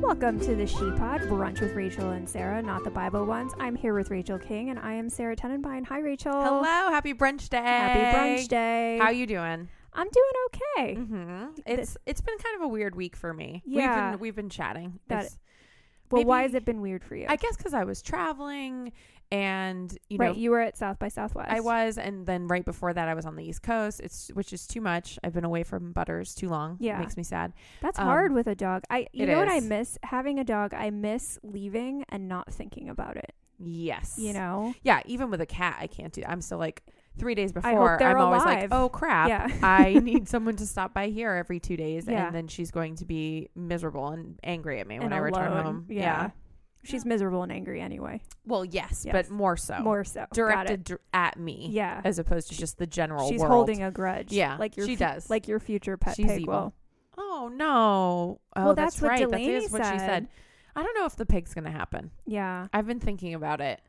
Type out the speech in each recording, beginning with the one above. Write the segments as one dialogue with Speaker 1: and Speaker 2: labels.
Speaker 1: Welcome to the She Pod Brunch with Rachel and Sarah, not the Bible ones. I'm here with Rachel King, and I am Sarah Tenenbein. Hi, Rachel.
Speaker 2: Hello, happy brunch day.
Speaker 1: Happy brunch day.
Speaker 2: How you doing?
Speaker 1: I'm doing okay.
Speaker 2: Mm-hmm. It's it's been kind of a weird week for me.
Speaker 1: Yeah.
Speaker 2: we've been, we've been chatting.
Speaker 1: That-
Speaker 2: It's-
Speaker 1: Well, why
Speaker 2: maybe-
Speaker 1: has it been weird for you?
Speaker 2: I guess because I was traveling, and you
Speaker 1: right,
Speaker 2: know,
Speaker 1: you were at South by Southwest.
Speaker 2: I was, and then right before that, I was on the East Coast. It's which is too much. I've been away from Butters too long.
Speaker 1: Yeah.
Speaker 2: it makes me sad.
Speaker 1: That's
Speaker 2: um,
Speaker 1: hard with a dog. I. You
Speaker 2: it
Speaker 1: know what I
Speaker 2: is.
Speaker 1: miss having a dog. I miss leaving and not thinking about it.
Speaker 2: Yes,
Speaker 1: You know.
Speaker 2: Yeah, even with a cat, I can't do. I'm still like three days
Speaker 1: hope
Speaker 2: before.
Speaker 1: they're
Speaker 2: I'm always
Speaker 1: alive.
Speaker 2: like, oh crap.
Speaker 1: Yeah.
Speaker 2: I need someone to stop by here every two days,
Speaker 1: Yeah.
Speaker 2: and then she's going to be miserable and angry at me
Speaker 1: and
Speaker 2: when I return
Speaker 1: alone.
Speaker 2: home.
Speaker 1: Yeah. She's miserable and angry anyway.
Speaker 2: Well, yes,
Speaker 1: Yes.
Speaker 2: but more so
Speaker 1: More so. Got it.
Speaker 2: directed dir- at me,
Speaker 1: Yeah.
Speaker 2: as opposed to just the general.
Speaker 1: She's
Speaker 2: world.
Speaker 1: holding a grudge.
Speaker 2: Yeah,
Speaker 1: Like your
Speaker 2: she
Speaker 1: fu-
Speaker 2: does.
Speaker 1: Like your future pet
Speaker 2: She's
Speaker 1: pig
Speaker 2: evil.
Speaker 1: will.
Speaker 2: Oh no! Oh,
Speaker 1: Well,
Speaker 2: that's,
Speaker 1: that's what
Speaker 2: right.
Speaker 1: Delaney
Speaker 2: that is what she
Speaker 1: said.
Speaker 2: said. I don't know if the pig's gonna happen.
Speaker 1: Yeah.
Speaker 2: I've been thinking about it.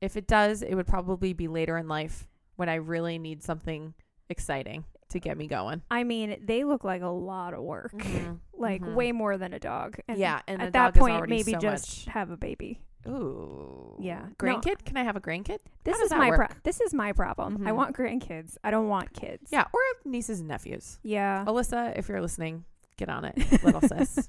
Speaker 2: If it does, it would probably be later in life when I really need something exciting to get me going.
Speaker 1: I mean, they look like a lot of work. like
Speaker 2: Mhm.
Speaker 1: way more than a dog. And
Speaker 2: Yeah, and
Speaker 1: at
Speaker 2: a
Speaker 1: that
Speaker 2: dog is
Speaker 1: point,
Speaker 2: already
Speaker 1: maybe
Speaker 2: so
Speaker 1: just
Speaker 2: much-
Speaker 1: have a baby.
Speaker 2: Ooh.
Speaker 1: Yeah. No.
Speaker 2: Grandkid? Can I have a grandkid?
Speaker 1: This
Speaker 2: does
Speaker 1: is
Speaker 2: that
Speaker 1: my pro-
Speaker 2: work?
Speaker 1: this is my problem. I
Speaker 2: Mhm.
Speaker 1: want grandkids. I don't want kids.
Speaker 2: Yeah, Oh. or nieces and nephews.
Speaker 1: yeah.
Speaker 2: Alyssa, if you're listening, get on it, little sis.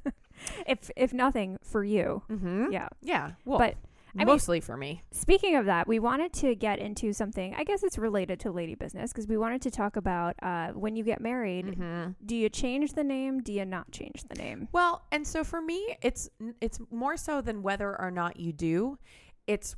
Speaker 1: If if nothing for you,
Speaker 2: Mm-hmm.
Speaker 1: yeah.
Speaker 2: Yeah. Well,
Speaker 1: But, I mean-
Speaker 2: mostly for me.
Speaker 1: Speaking of that, we wanted to get into something. I guess it's related to lady business because we wanted to talk about uh, when you get married.
Speaker 2: Mhm.
Speaker 1: Do you change the name? Do you not change the name?
Speaker 2: Well, and so for me, it's it's more so than whether or not you do. It's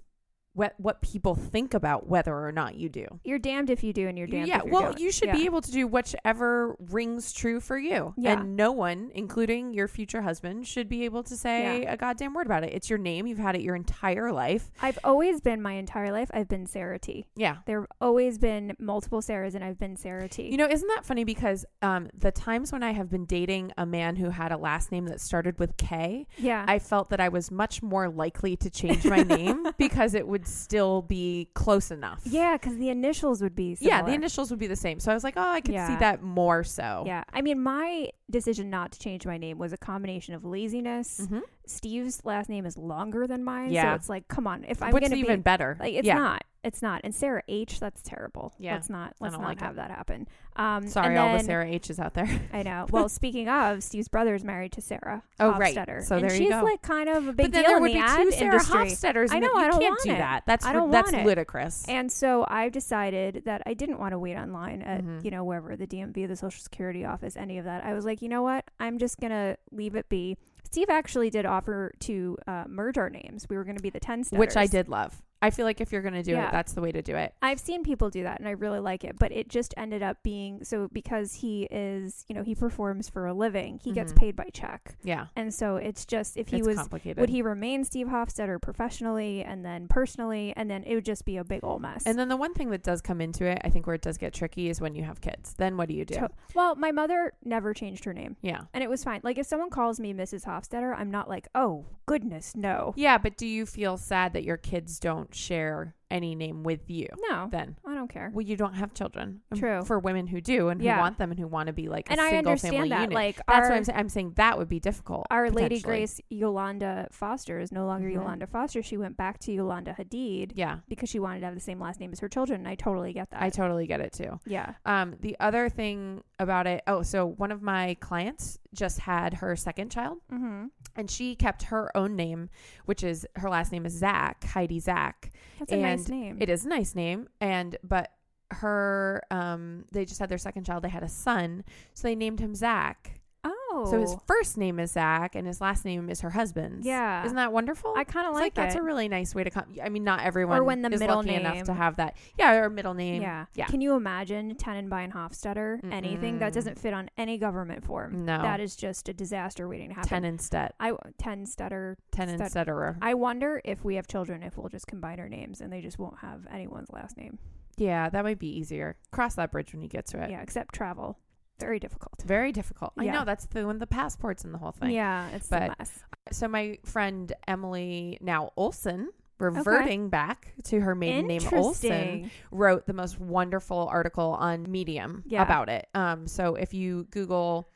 Speaker 2: what what people think about whether or not you do.
Speaker 1: You're damned if you do, and you're damned.
Speaker 2: yeah,
Speaker 1: if you
Speaker 2: well,
Speaker 1: don't.
Speaker 2: you should
Speaker 1: Yeah.
Speaker 2: be able to do whichever rings true for you.
Speaker 1: Yeah.
Speaker 2: And no one, including your future husband, should be able to say a goddamn word about it. It's your name. You've had it your entire life.
Speaker 1: I've always been my entire life. I've been Sarah T.
Speaker 2: Yeah.
Speaker 1: There have always been multiple Sarahs, and I've been Sarah T.
Speaker 2: You know, isn't that funny? Because um, the times when I have been dating a man who had a last name that started with K,
Speaker 1: yeah,
Speaker 2: I felt that I was much more likely to change my name because it would still be close enough.
Speaker 1: Yeah, because the initials would be
Speaker 2: Yeah, the
Speaker 1: similar.
Speaker 2: initials would be the same. So I was like, oh, I could see
Speaker 1: Yeah.
Speaker 2: that more so.
Speaker 1: Yeah, I mean, my decision not to change my name was a combination of laziness.
Speaker 2: Mhm.
Speaker 1: Steve's last name is longer than mine, so
Speaker 2: Yeah.
Speaker 1: it's like, come on, if I'm
Speaker 2: Which is
Speaker 1: gonna
Speaker 2: even
Speaker 1: be
Speaker 2: better.
Speaker 1: like, it's
Speaker 2: yeah.
Speaker 1: not, it's not. And Sarah H, that's terrible.
Speaker 2: Yeah,
Speaker 1: let's not, let's
Speaker 2: don't
Speaker 1: not
Speaker 2: like it.
Speaker 1: have that happen. Um,
Speaker 2: Sorry,
Speaker 1: and
Speaker 2: all the
Speaker 1: then-
Speaker 2: Sarah H's out there.
Speaker 1: I know. Well, speaking of, Steve's brother is married to Sarah.
Speaker 2: Oh, right.
Speaker 1: Hofstetter,
Speaker 2: So
Speaker 1: and
Speaker 2: there you
Speaker 1: she's
Speaker 2: go.
Speaker 1: like kind of a big
Speaker 2: but then
Speaker 1: deal
Speaker 2: there
Speaker 1: in
Speaker 2: would
Speaker 1: the
Speaker 2: be
Speaker 1: ad
Speaker 2: two Sarah
Speaker 1: industry.
Speaker 2: Hofstetters.
Speaker 1: I
Speaker 2: and
Speaker 1: know,
Speaker 2: You
Speaker 1: I don't
Speaker 2: can't
Speaker 1: want
Speaker 2: do
Speaker 1: it.
Speaker 2: that. That's
Speaker 1: I don't
Speaker 2: that's
Speaker 1: want it.
Speaker 2: ludicrous.
Speaker 1: And so I've decided that I didn't want to wait online at,
Speaker 2: Mhm.
Speaker 1: you know, wherever the DMV, the Social Security office, any of that. I was like, you know what? I'm just going to leave it be. Steve actually did offer to uh, merge our names. We were going to be the 10 steps.
Speaker 2: which I did love. I feel like if you're going to do
Speaker 1: Yeah.
Speaker 2: it, that's the way to do it.
Speaker 1: I've seen people do that and I really like it, but it just ended up being so because he is, you know, he performs for a living, he gets
Speaker 2: Mhm.
Speaker 1: paid by check.
Speaker 2: Yeah,
Speaker 1: And so it's just, if he
Speaker 2: it's
Speaker 1: was,
Speaker 2: complicated.
Speaker 1: would he remain Steve Hofstetter professionally and then personally? And then it would just be a big old mess.
Speaker 2: and then the one thing that does come into it, I think, where it does get tricky is when you have kids. Then what do you do?
Speaker 1: To- well, my mother never changed her name.
Speaker 2: yeah,
Speaker 1: And it was fine. Like if someone calls me Mrs. Hofstetter, I'm not like, oh goodness, no,
Speaker 2: yeah. But do you feel sad that your kids don't share any name with you?
Speaker 1: no,
Speaker 2: Then,
Speaker 1: I don't care.
Speaker 2: well, you don't have children. Um,
Speaker 1: True.
Speaker 2: For women who do and
Speaker 1: Yeah.
Speaker 2: who want them and who want to be like
Speaker 1: and
Speaker 2: a
Speaker 1: I
Speaker 2: single family
Speaker 1: understand that.
Speaker 2: unit.
Speaker 1: Like
Speaker 2: that's
Speaker 1: our
Speaker 2: what I'm saying. I'm saying that would be difficult.
Speaker 1: our Lady
Speaker 2: potentially.
Speaker 1: Grace Yolanda Foster is no longer
Speaker 2: Mhm.
Speaker 1: Yolanda Foster. She went back to Yolanda Hadid
Speaker 2: Yeah,
Speaker 1: because she wanted to have the same last name as her children. And I totally get that.
Speaker 2: I totally get it too.
Speaker 1: yeah.
Speaker 2: Um, the other thing about it, oh, so one of my clients just had her second child,
Speaker 1: Mm-hmm.
Speaker 2: and she kept her own name, which is her last name is Zach, Heidi Zach.
Speaker 1: That's a nice
Speaker 2: And
Speaker 1: name.
Speaker 2: It is a nice name, and but her, um, they just had their second child. They had a son, so they named him Zach.
Speaker 1: oh,
Speaker 2: So his first name is Zach, and his last name is her husband's.
Speaker 1: yeah.
Speaker 2: Isn't that wonderful?
Speaker 1: I kind of
Speaker 2: It's
Speaker 1: like,
Speaker 2: like that's
Speaker 1: it.
Speaker 2: a really nice way to come. I mean, not everyone
Speaker 1: when the
Speaker 2: is
Speaker 1: middle
Speaker 2: lucky enough to
Speaker 1: name.
Speaker 2: have that. Yeah, or middle name.
Speaker 1: yeah.
Speaker 2: yeah.
Speaker 1: Can you imagine Tenenbein Hofstetter? Anything that
Speaker 2: Mm-mm.
Speaker 1: doesn't fit on any government form.
Speaker 2: No.
Speaker 1: That is just a disaster waiting to happen.
Speaker 2: Ten instead.
Speaker 1: I ten stutter.
Speaker 2: Ten
Speaker 1: Stud-
Speaker 2: insteader.
Speaker 1: I wonder if we have children if we'll just combine our names and they just won't have anyone's last name.
Speaker 2: Yeah, that might be easier. Cross that bridge when you get to it.
Speaker 1: Yeah, except travel. Very difficult.
Speaker 2: Very difficult.
Speaker 1: Yeah.
Speaker 2: I know that's the one the passports and the whole thing.
Speaker 1: Yeah, it's a
Speaker 2: But-
Speaker 1: mess.
Speaker 2: So my friend Emily now Olson, reverting back to her maiden name Olson,
Speaker 1: Interesting.
Speaker 2: wrote the most wonderful article on Medium
Speaker 1: Yeah.
Speaker 2: about it. Um so if you Google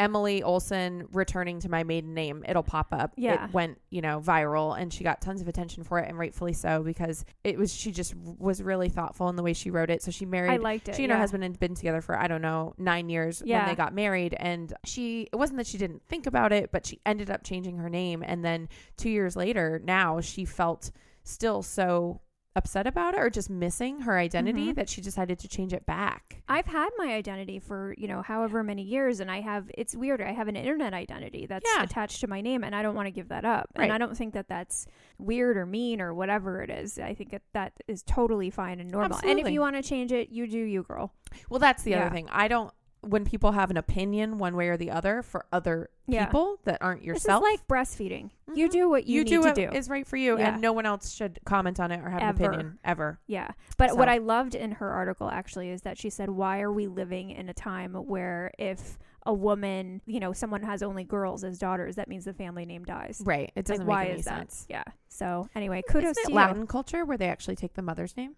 Speaker 2: Emily Olson returning to my maiden name, it'll pop up.
Speaker 1: Yeah.
Speaker 2: It went, you know, viral and she got tons of attention for it and rightfully so because it was, she just was really thoughtful in the way she wrote it. So she married
Speaker 1: I liked it.
Speaker 2: she and
Speaker 1: Uh, yeah.
Speaker 2: her husband had been together for I don't know nine years
Speaker 1: Yeah.
Speaker 2: when they got married, and she it wasn't that she didn't think about it, but she ended up changing her name, and then two years later, now she felt still so upset about it or just missing her identity
Speaker 1: Mhm.
Speaker 2: that she decided to change it back.
Speaker 1: I've had my identity for, you know, however many years and I have it's weird. I have an internet identity that's
Speaker 2: Yeah.
Speaker 1: attached to my name and I don't want to give that up.
Speaker 2: Right.
Speaker 1: And I don't think that that's weird or mean or whatever it is. I think that that is totally fine and normal. And if
Speaker 2: Absolutely.
Speaker 1: you want to change it, you do you, girl.
Speaker 2: Well, that's the
Speaker 1: Yeah.
Speaker 2: other thing. I don't when people have an opinion one way or the other for other
Speaker 1: Yeah.
Speaker 2: people that aren't yourself.
Speaker 1: This is like breastfeeding. You
Speaker 2: Mhm.
Speaker 1: do what you,
Speaker 2: you
Speaker 1: need
Speaker 2: do
Speaker 1: to
Speaker 2: what
Speaker 1: do.
Speaker 2: is right for you,
Speaker 1: Yeah.
Speaker 2: and no one else should comment on it or have
Speaker 1: Ever.
Speaker 2: an opinion ever.
Speaker 1: Yeah. But what
Speaker 2: So-
Speaker 1: I loved in her article actually is that she said, Why are we living in a time where if a woman, you know, someone has only girls as daughters, that means the family name dies?
Speaker 2: Right? It
Speaker 1: Like,
Speaker 2: Mm, doesn't
Speaker 1: why
Speaker 2: make any
Speaker 1: is that?
Speaker 2: sense.
Speaker 1: Yeah. So, anyway, kudos
Speaker 2: Isn't
Speaker 1: to
Speaker 2: it
Speaker 1: you.
Speaker 2: Latin culture where they actually take the mother's name?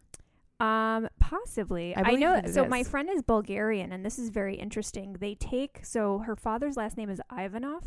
Speaker 1: Um, possibly.
Speaker 2: I
Speaker 1: I,
Speaker 2: believe
Speaker 1: know.
Speaker 2: that it
Speaker 1: so my
Speaker 2: is.
Speaker 1: friend is Bulgarian, and this is very interesting. They take so her father's last name is Ivanov,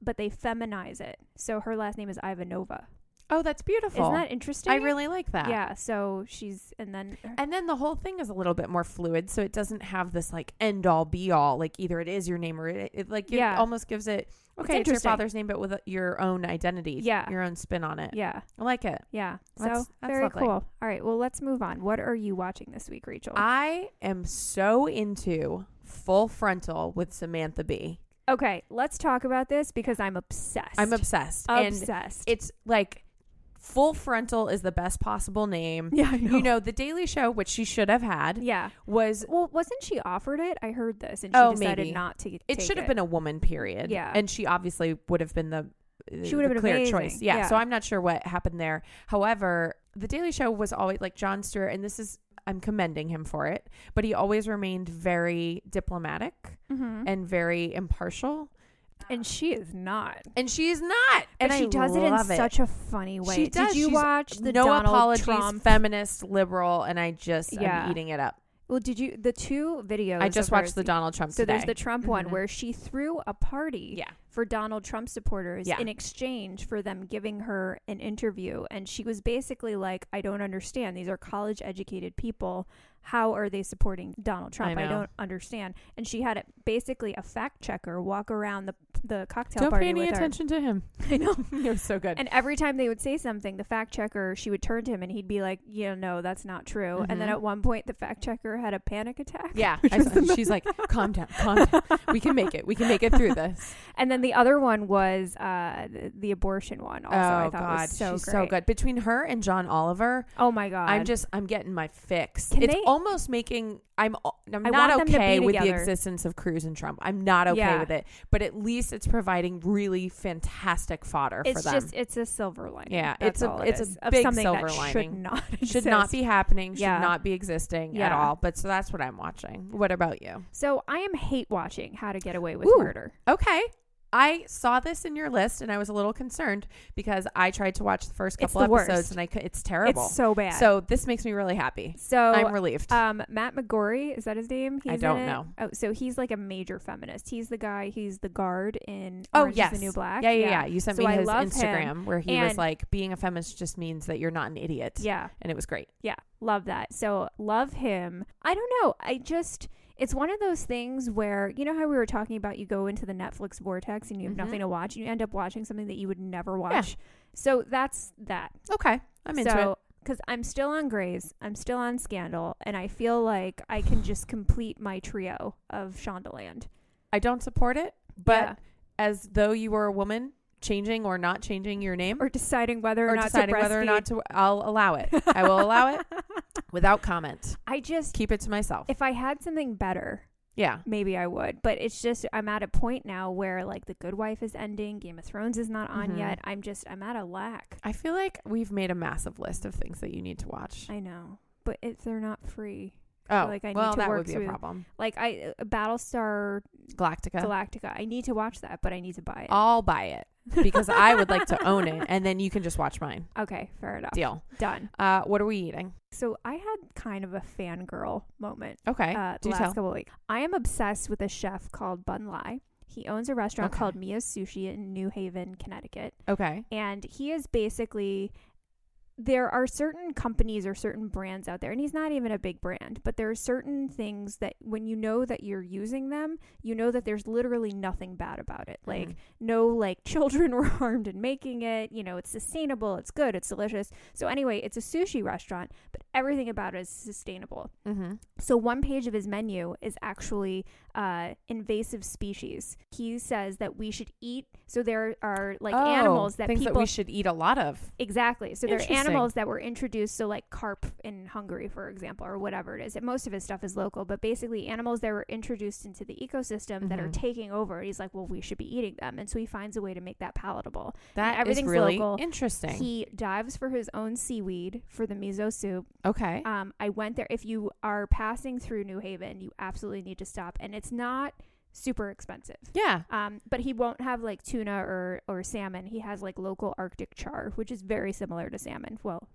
Speaker 1: but they feminize it. So her last name is Ivanova.
Speaker 2: Oh, that's beautiful.
Speaker 1: Isn't that interesting?
Speaker 2: I really like that.
Speaker 1: Yeah. So she's and then uh,
Speaker 2: And then the whole thing is a little bit more fluid, so it doesn't have this like end all be all. Like either it is your name or it, it like it
Speaker 1: Yeah.
Speaker 2: almost gives it okay, it's, your
Speaker 1: interesting.
Speaker 2: father's name, but with your own identity,
Speaker 1: Yeah.
Speaker 2: your own spin on it.
Speaker 1: yeah,
Speaker 2: I like it.
Speaker 1: yeah.
Speaker 2: That's-
Speaker 1: so
Speaker 2: that's
Speaker 1: very
Speaker 2: lovely.
Speaker 1: cool. All right. Well, let's move on. What are you watching this week, Rachel?
Speaker 2: I am so into full frontal with Samantha Bee.
Speaker 1: okay, let's talk about this because I'm obsessed.
Speaker 2: I'm obsessed, and
Speaker 1: obsessed.
Speaker 2: it's like full frontal is the best possible name.
Speaker 1: yeah, I know.
Speaker 2: You know, the Daily Show, which she should have had,
Speaker 1: Yeah.
Speaker 2: was
Speaker 1: Well, wasn't she offered it? I heard this, and she
Speaker 2: Oh,
Speaker 1: decided
Speaker 2: maybe.
Speaker 1: not to. Take
Speaker 2: it should have been a woman period
Speaker 1: Yeah.
Speaker 2: and she obviously would have been the
Speaker 1: She would have
Speaker 2: the
Speaker 1: been
Speaker 2: clear
Speaker 1: amazing.
Speaker 2: choice yeah.
Speaker 1: Yeah.
Speaker 2: so i'm not sure what happened there however the daily show was always like john stewart and this is i'm commending him for it but he always remained very diplomatic
Speaker 1: Mm-hmm.
Speaker 2: and very impartial
Speaker 1: And she is not.
Speaker 2: and she's not
Speaker 1: But
Speaker 2: and
Speaker 1: she
Speaker 2: I
Speaker 1: does it in
Speaker 2: love
Speaker 1: such a funny way.
Speaker 2: She does.
Speaker 1: Did you
Speaker 2: She's
Speaker 1: watch the
Speaker 2: no
Speaker 1: Donald
Speaker 2: apologies
Speaker 1: Trump?
Speaker 2: feminist liberal and i just
Speaker 1: Yeah.
Speaker 2: i'm eating it up
Speaker 1: well, did you the two videos?
Speaker 2: i just
Speaker 1: of hers-
Speaker 2: watched the donald trump
Speaker 1: So
Speaker 2: today.
Speaker 1: there's the Trump one
Speaker 2: Mhm.
Speaker 1: where she threw a party
Speaker 2: yeah
Speaker 1: for Donald Trump supporters
Speaker 2: Yeah.
Speaker 1: in exchange for them giving her an interview, and she was basically like, "I don't understand. These are college-educated people." How are they supporting Donald Trump?
Speaker 2: I
Speaker 1: I,
Speaker 2: know.
Speaker 1: don't understand. And she had it basically a fact checker walk around the the cocktail
Speaker 2: don't
Speaker 1: party
Speaker 2: pay any
Speaker 1: with her.
Speaker 2: attention to him
Speaker 1: I know.
Speaker 2: it was so good
Speaker 1: And every time they would say something, the fact checker, she would turn to him and he'd be like, you know, no, that's not true. And then
Speaker 2: Mhm.
Speaker 1: at one point, the fact checker had a panic attack.
Speaker 2: Yeah,
Speaker 1: which
Speaker 2: I
Speaker 1: was
Speaker 2: saw- she's like, "Calm down, calm down. We can make it. We can make it through this."
Speaker 1: And then the other one was uh, the, the abortion one. Also, I
Speaker 2: oh
Speaker 1: thought
Speaker 2: God,
Speaker 1: was so
Speaker 2: she's so
Speaker 1: great.
Speaker 2: good. Between her and John Oliver,
Speaker 1: Oh my God.
Speaker 2: I'm just, I'm getting my fix.
Speaker 1: Can
Speaker 2: it's
Speaker 1: they-
Speaker 2: almost making. I'm, I'm
Speaker 1: I want
Speaker 2: not
Speaker 1: them to
Speaker 2: okay
Speaker 1: be
Speaker 2: with the
Speaker 1: together.
Speaker 2: existence of Cruz and Trump. I'm not okay
Speaker 1: Yeah.
Speaker 2: with it. But at least it's providing really fantastic fodder
Speaker 1: it's
Speaker 2: for them.
Speaker 1: just, it's a silver lining.
Speaker 2: Yeah,
Speaker 1: That's
Speaker 2: it's a-
Speaker 1: all it
Speaker 2: it's a
Speaker 1: is, of
Speaker 2: big
Speaker 1: something
Speaker 2: silver
Speaker 1: that Should
Speaker 2: lining.
Speaker 1: not
Speaker 2: should not
Speaker 1: exist.
Speaker 2: be happening. Should
Speaker 1: Yeah.
Speaker 2: not be existing at
Speaker 1: Yeah.
Speaker 2: all. But so that's what I'm watching. What about you?
Speaker 1: So I am hate watching How to Get Away with
Speaker 2: Ooh.
Speaker 1: Murder.
Speaker 2: Okay. I saw this in your list, and I was a little concerned because I tried to watch the first
Speaker 1: It's
Speaker 2: couple
Speaker 1: the
Speaker 2: episodes,
Speaker 1: worst.
Speaker 2: and I could, it's terrible.
Speaker 1: It's so bad.
Speaker 2: So this makes me really happy.
Speaker 1: so
Speaker 2: I'm relieved.
Speaker 1: Um, Matt McGorry is that his name?
Speaker 2: I
Speaker 1: He's in
Speaker 2: don't
Speaker 1: it?
Speaker 2: know.
Speaker 1: Oh, so he's like a major feminist. He's the guy. He's the guard in
Speaker 2: oh
Speaker 1: Orange is
Speaker 2: yes,
Speaker 1: the New Black.
Speaker 2: Yeah, yeah, yeah. You sent
Speaker 1: So
Speaker 2: me
Speaker 1: I
Speaker 2: his
Speaker 1: love him.
Speaker 2: Instagram where he was
Speaker 1: And-
Speaker 2: like, "Being a feminist just means that you're not an idiot,"
Speaker 1: Yeah,
Speaker 2: and it was great.
Speaker 1: yeah. Love that. So love him. I don't know. I just it's one of those things where you know how we were talking about you go into the Netflix vortex and you have
Speaker 2: Mhm.
Speaker 1: nothing to watch and you end up watching something that you would never watch. So that's that.
Speaker 2: Okay, I'm into it.
Speaker 1: Because I'm still on Grays, I'm still on Scandal, and I feel like I can just complete my trio of Shondaland.
Speaker 2: I don't support it, but
Speaker 1: Yeah.
Speaker 2: as though you were a woman, changing or not changing your name,
Speaker 1: or deciding whether or,
Speaker 2: or
Speaker 1: not
Speaker 2: deciding
Speaker 1: to breastfeed.
Speaker 2: whether or not to, I'll allow it. I will allow it without comment.
Speaker 1: I just
Speaker 2: Keep it to myself.
Speaker 1: if I had something better,
Speaker 2: yeah.
Speaker 1: maybe I would. But it's just I'm at a point now where like The Good Wife is ending, Game of Thrones is not on
Speaker 2: Mhm.
Speaker 1: yet. I'm just I'm at a lack.
Speaker 2: I feel like we've made a massive list of things that you need to watch.
Speaker 1: I know, but if they're not free,
Speaker 2: oh,
Speaker 1: like I need
Speaker 2: well,
Speaker 1: to
Speaker 2: that
Speaker 1: work
Speaker 2: would be
Speaker 1: through-
Speaker 2: a problem.
Speaker 1: like I uh, Battlestar
Speaker 2: Galactica.
Speaker 1: Galactica, I need to watch that, but I need to buy it
Speaker 2: I'll buy it because I would like to own it, and then you can just watch mine.
Speaker 1: okay, fair enough.
Speaker 2: Deal.
Speaker 1: Done.
Speaker 2: Uh, what are we eating?
Speaker 1: So I had kind of a fangirl moment
Speaker 2: Okay.
Speaker 1: uh, the
Speaker 2: do
Speaker 1: last
Speaker 2: tell.
Speaker 1: couple of weeks. I am obsessed with a chef called Bun Lai. He owns a restaurant
Speaker 2: Okay.
Speaker 1: called Mia's Sushi in New Haven, Connecticut.
Speaker 2: Okay.
Speaker 1: And he is basically there are certain companies or certain brands out there, and he's not even a big brand, but there are certain things that when you know that you're using them, you know that there's literally nothing bad about it. Like,
Speaker 2: Mhm.
Speaker 1: no, like, children were harmed in making it. You know, it's sustainable, it's good, it's delicious. So, anyway, it's a sushi restaurant, but everything about it is sustainable.
Speaker 2: Mm-hmm.
Speaker 1: So one page of his menu is actually uh, invasive species. He says that we should eat. So there are like animals that
Speaker 2: Oh, things
Speaker 1: people
Speaker 2: that we should eat a lot of.
Speaker 1: exactly. So there are
Speaker 2: Interesting.
Speaker 1: animals that were introduced. So like carp in Hungary, for example, or whatever it is. And most of his stuff is local, but basically animals that were introduced into the ecosystem that are
Speaker 2: Mhm.
Speaker 1: taking over. He's like, well, we should be eating them, and so he finds a way to make that palatable.
Speaker 2: That is
Speaker 1: everything's
Speaker 2: really
Speaker 1: local.
Speaker 2: interesting.
Speaker 1: He dives for his own seaweed for the miso soup.
Speaker 2: okay.
Speaker 1: Um, I went there. If you are passing through New Haven, you absolutely need to stop. And it's not super expensive.
Speaker 2: yeah.
Speaker 1: Um, but he won't have like tuna or, or salmon. He has like local Arctic char, which is very similar to salmon. Well,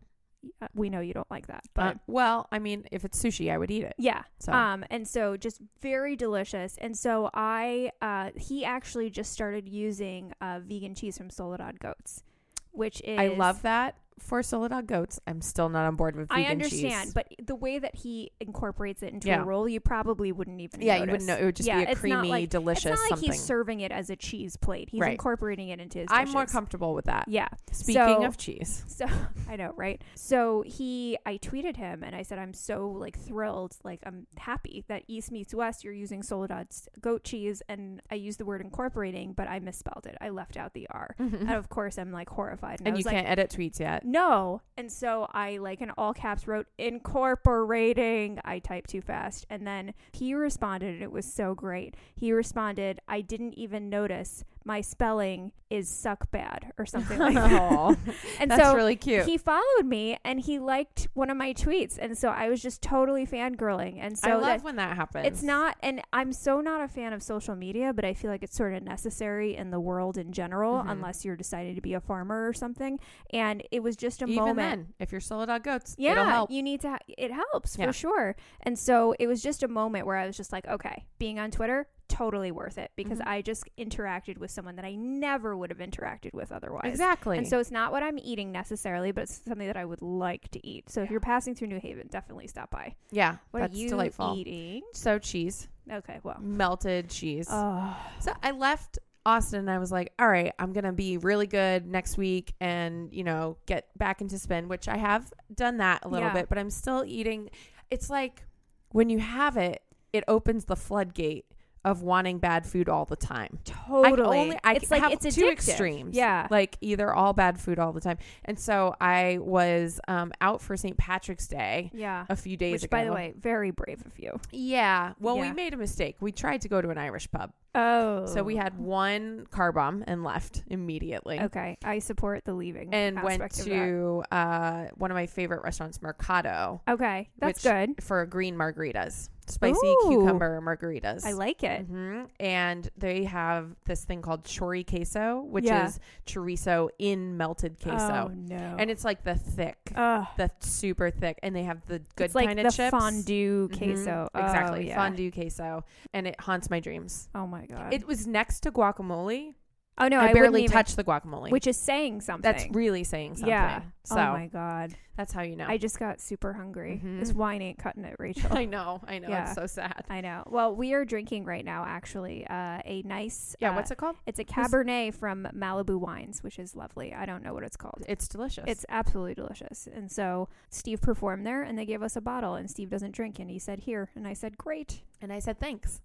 Speaker 1: uh, we know you don't like that, but
Speaker 2: Uh, well, I mean, if it's sushi, I would eat it.
Speaker 1: yeah.
Speaker 2: So
Speaker 1: Um, and so just very delicious. And so I, uh, he actually just started using uh, vegan cheese from Soledad Goats, which is
Speaker 2: I love that for Soledad goats. I'm still not on board with vegan
Speaker 1: I understand,
Speaker 2: cheese.
Speaker 1: but the way that he incorporates it into
Speaker 2: Yeah.
Speaker 1: a roll, you probably wouldn't even.
Speaker 2: yeah, you
Speaker 1: notice.
Speaker 2: wouldn't know. It would just
Speaker 1: Yeah,
Speaker 2: be a
Speaker 1: it's not
Speaker 2: creamy,
Speaker 1: like-
Speaker 2: delicious
Speaker 1: It's not like
Speaker 2: something.
Speaker 1: he's serving it as a cheese plate. He's
Speaker 2: Right.
Speaker 1: incorporating it into his.
Speaker 2: I'm more
Speaker 1: dishes.
Speaker 2: comfortable with that.
Speaker 1: Yeah,
Speaker 2: Speaking
Speaker 1: So-
Speaker 2: of cheese,
Speaker 1: so I know, right? So he, I tweeted him and I said, I'm so like thrilled, like I'm happy that East meets West. You're using Soledad's goat cheese, and I used the word incorporating, but I misspelled it. I left out the R, and
Speaker 2: and
Speaker 1: of course I'm like horrified. And, Mm-hmm. I
Speaker 2: Mm-hmm. you
Speaker 1: was like,
Speaker 2: can't edit tweets yet.
Speaker 1: no. And so I like in all caps wrote incorporating. I typed too fast. And then he responded, and it was so great. He responded, I didn't even notice my spelling is suck bad or something like that.
Speaker 2: Aw,
Speaker 1: and
Speaker 2: that's
Speaker 1: so
Speaker 2: really cute.
Speaker 1: he followed me and he liked one of my tweets. And so I was just totally fangirling. And so
Speaker 2: I love
Speaker 1: that-
Speaker 2: when that happens.
Speaker 1: it's not, and I'm so not a fan of social media, but I feel like it's sort of necessary in the world in general,
Speaker 2: Mhm.
Speaker 1: unless you're deciding to be a farmer or something. And it was just a
Speaker 2: even
Speaker 1: moment.
Speaker 2: then. If you're Soledad goats,
Speaker 1: yeah,
Speaker 2: it'll help.
Speaker 1: you need to. Ha- it helps
Speaker 2: Yeah.
Speaker 1: for sure. And so it was just a moment where I was just like, okay, being on Twitter, totally worth it because
Speaker 2: Mhm.
Speaker 1: I just interacted with someone that I never would have interacted with otherwise.
Speaker 2: exactly.
Speaker 1: And so it's not what I'm eating necessarily, but it's something that I would like to eat. So if
Speaker 2: Yeah.
Speaker 1: you're passing through New Haven, definitely stop by.
Speaker 2: yeah,
Speaker 1: What
Speaker 2: that's
Speaker 1: are you
Speaker 2: delightful.
Speaker 1: eating?
Speaker 2: So cheese,
Speaker 1: Okay, well.
Speaker 2: melted cheese.
Speaker 1: Oh,
Speaker 2: So I left Austin and I was like, all right, I'm going to be really good next week and, you know, get back into spin, which I have done that a little
Speaker 1: Yeah.
Speaker 2: bit, but I'm still eating. It's like when you have it, it opens the floodgate of wanting bad food all the time. I can
Speaker 1: totally.
Speaker 2: only- I
Speaker 1: it's
Speaker 2: can
Speaker 1: like
Speaker 2: have
Speaker 1: it's
Speaker 2: two
Speaker 1: addictive.
Speaker 2: extremes.
Speaker 1: Yeah.
Speaker 2: Like either all bad food all the time. And so I was um, out for St. Patrick's Day
Speaker 1: yeah.
Speaker 2: a few days
Speaker 1: Which,
Speaker 2: ago.
Speaker 1: by the way, very brave of you.
Speaker 2: yeah. Well, we
Speaker 1: Yeah.
Speaker 2: made a mistake. We tried to go to an Irish pub.
Speaker 1: Oh.
Speaker 2: So we had one car bomb and left immediately.
Speaker 1: Okay, I support the leaving
Speaker 2: And went
Speaker 1: aspect of that.
Speaker 2: to uh, one of my favorite restaurants, Mercado,
Speaker 1: Okay, that's
Speaker 2: which-
Speaker 1: good.
Speaker 2: for green margaritas, spicy
Speaker 1: Ooh.
Speaker 2: cucumber margaritas.
Speaker 1: I like it.
Speaker 2: hmm And they have this thing called chori queso, which
Speaker 1: Yeah.
Speaker 2: is chorizo in melted
Speaker 1: Oh
Speaker 2: Mm-hmm. queso,
Speaker 1: no.
Speaker 2: and it's like the thick,
Speaker 1: Ugh.
Speaker 2: the super thick, and they have the good
Speaker 1: it's like
Speaker 2: kind
Speaker 1: the
Speaker 2: of chips.
Speaker 1: fondue
Speaker 2: Mhm.
Speaker 1: queso. Oh,
Speaker 2: exactly
Speaker 1: yeah.
Speaker 2: fondue queso, and it haunts my dreams.
Speaker 1: Oh my god.
Speaker 2: It was next to guacamole.
Speaker 1: oh no,
Speaker 2: I,
Speaker 1: I,
Speaker 2: barely
Speaker 1: wouldn't
Speaker 2: touched the guacamole.
Speaker 1: Even, which is saying something.
Speaker 2: That's really saying something.
Speaker 1: Yeah.
Speaker 2: So
Speaker 1: oh my god.
Speaker 2: that's how you know.
Speaker 1: I just got super hungry.
Speaker 2: Mhm.
Speaker 1: This wine ain't cutting it, Rachel.
Speaker 2: I know. I know.
Speaker 1: Yeah.
Speaker 2: It's so sad.
Speaker 1: I know. Well, we are drinking right now, actually, uh, a nice.
Speaker 2: Yeah.
Speaker 1: uh,
Speaker 2: what's it called?
Speaker 1: It's a
Speaker 2: who's-
Speaker 1: Cabernet from Malibu Wines, which is lovely. I don't know what it's called.
Speaker 2: It's delicious.
Speaker 1: It's absolutely delicious. And so Steve performed there and they gave us a bottle and Steve doesn't drink and he said here and I said great.
Speaker 2: and I said thanks.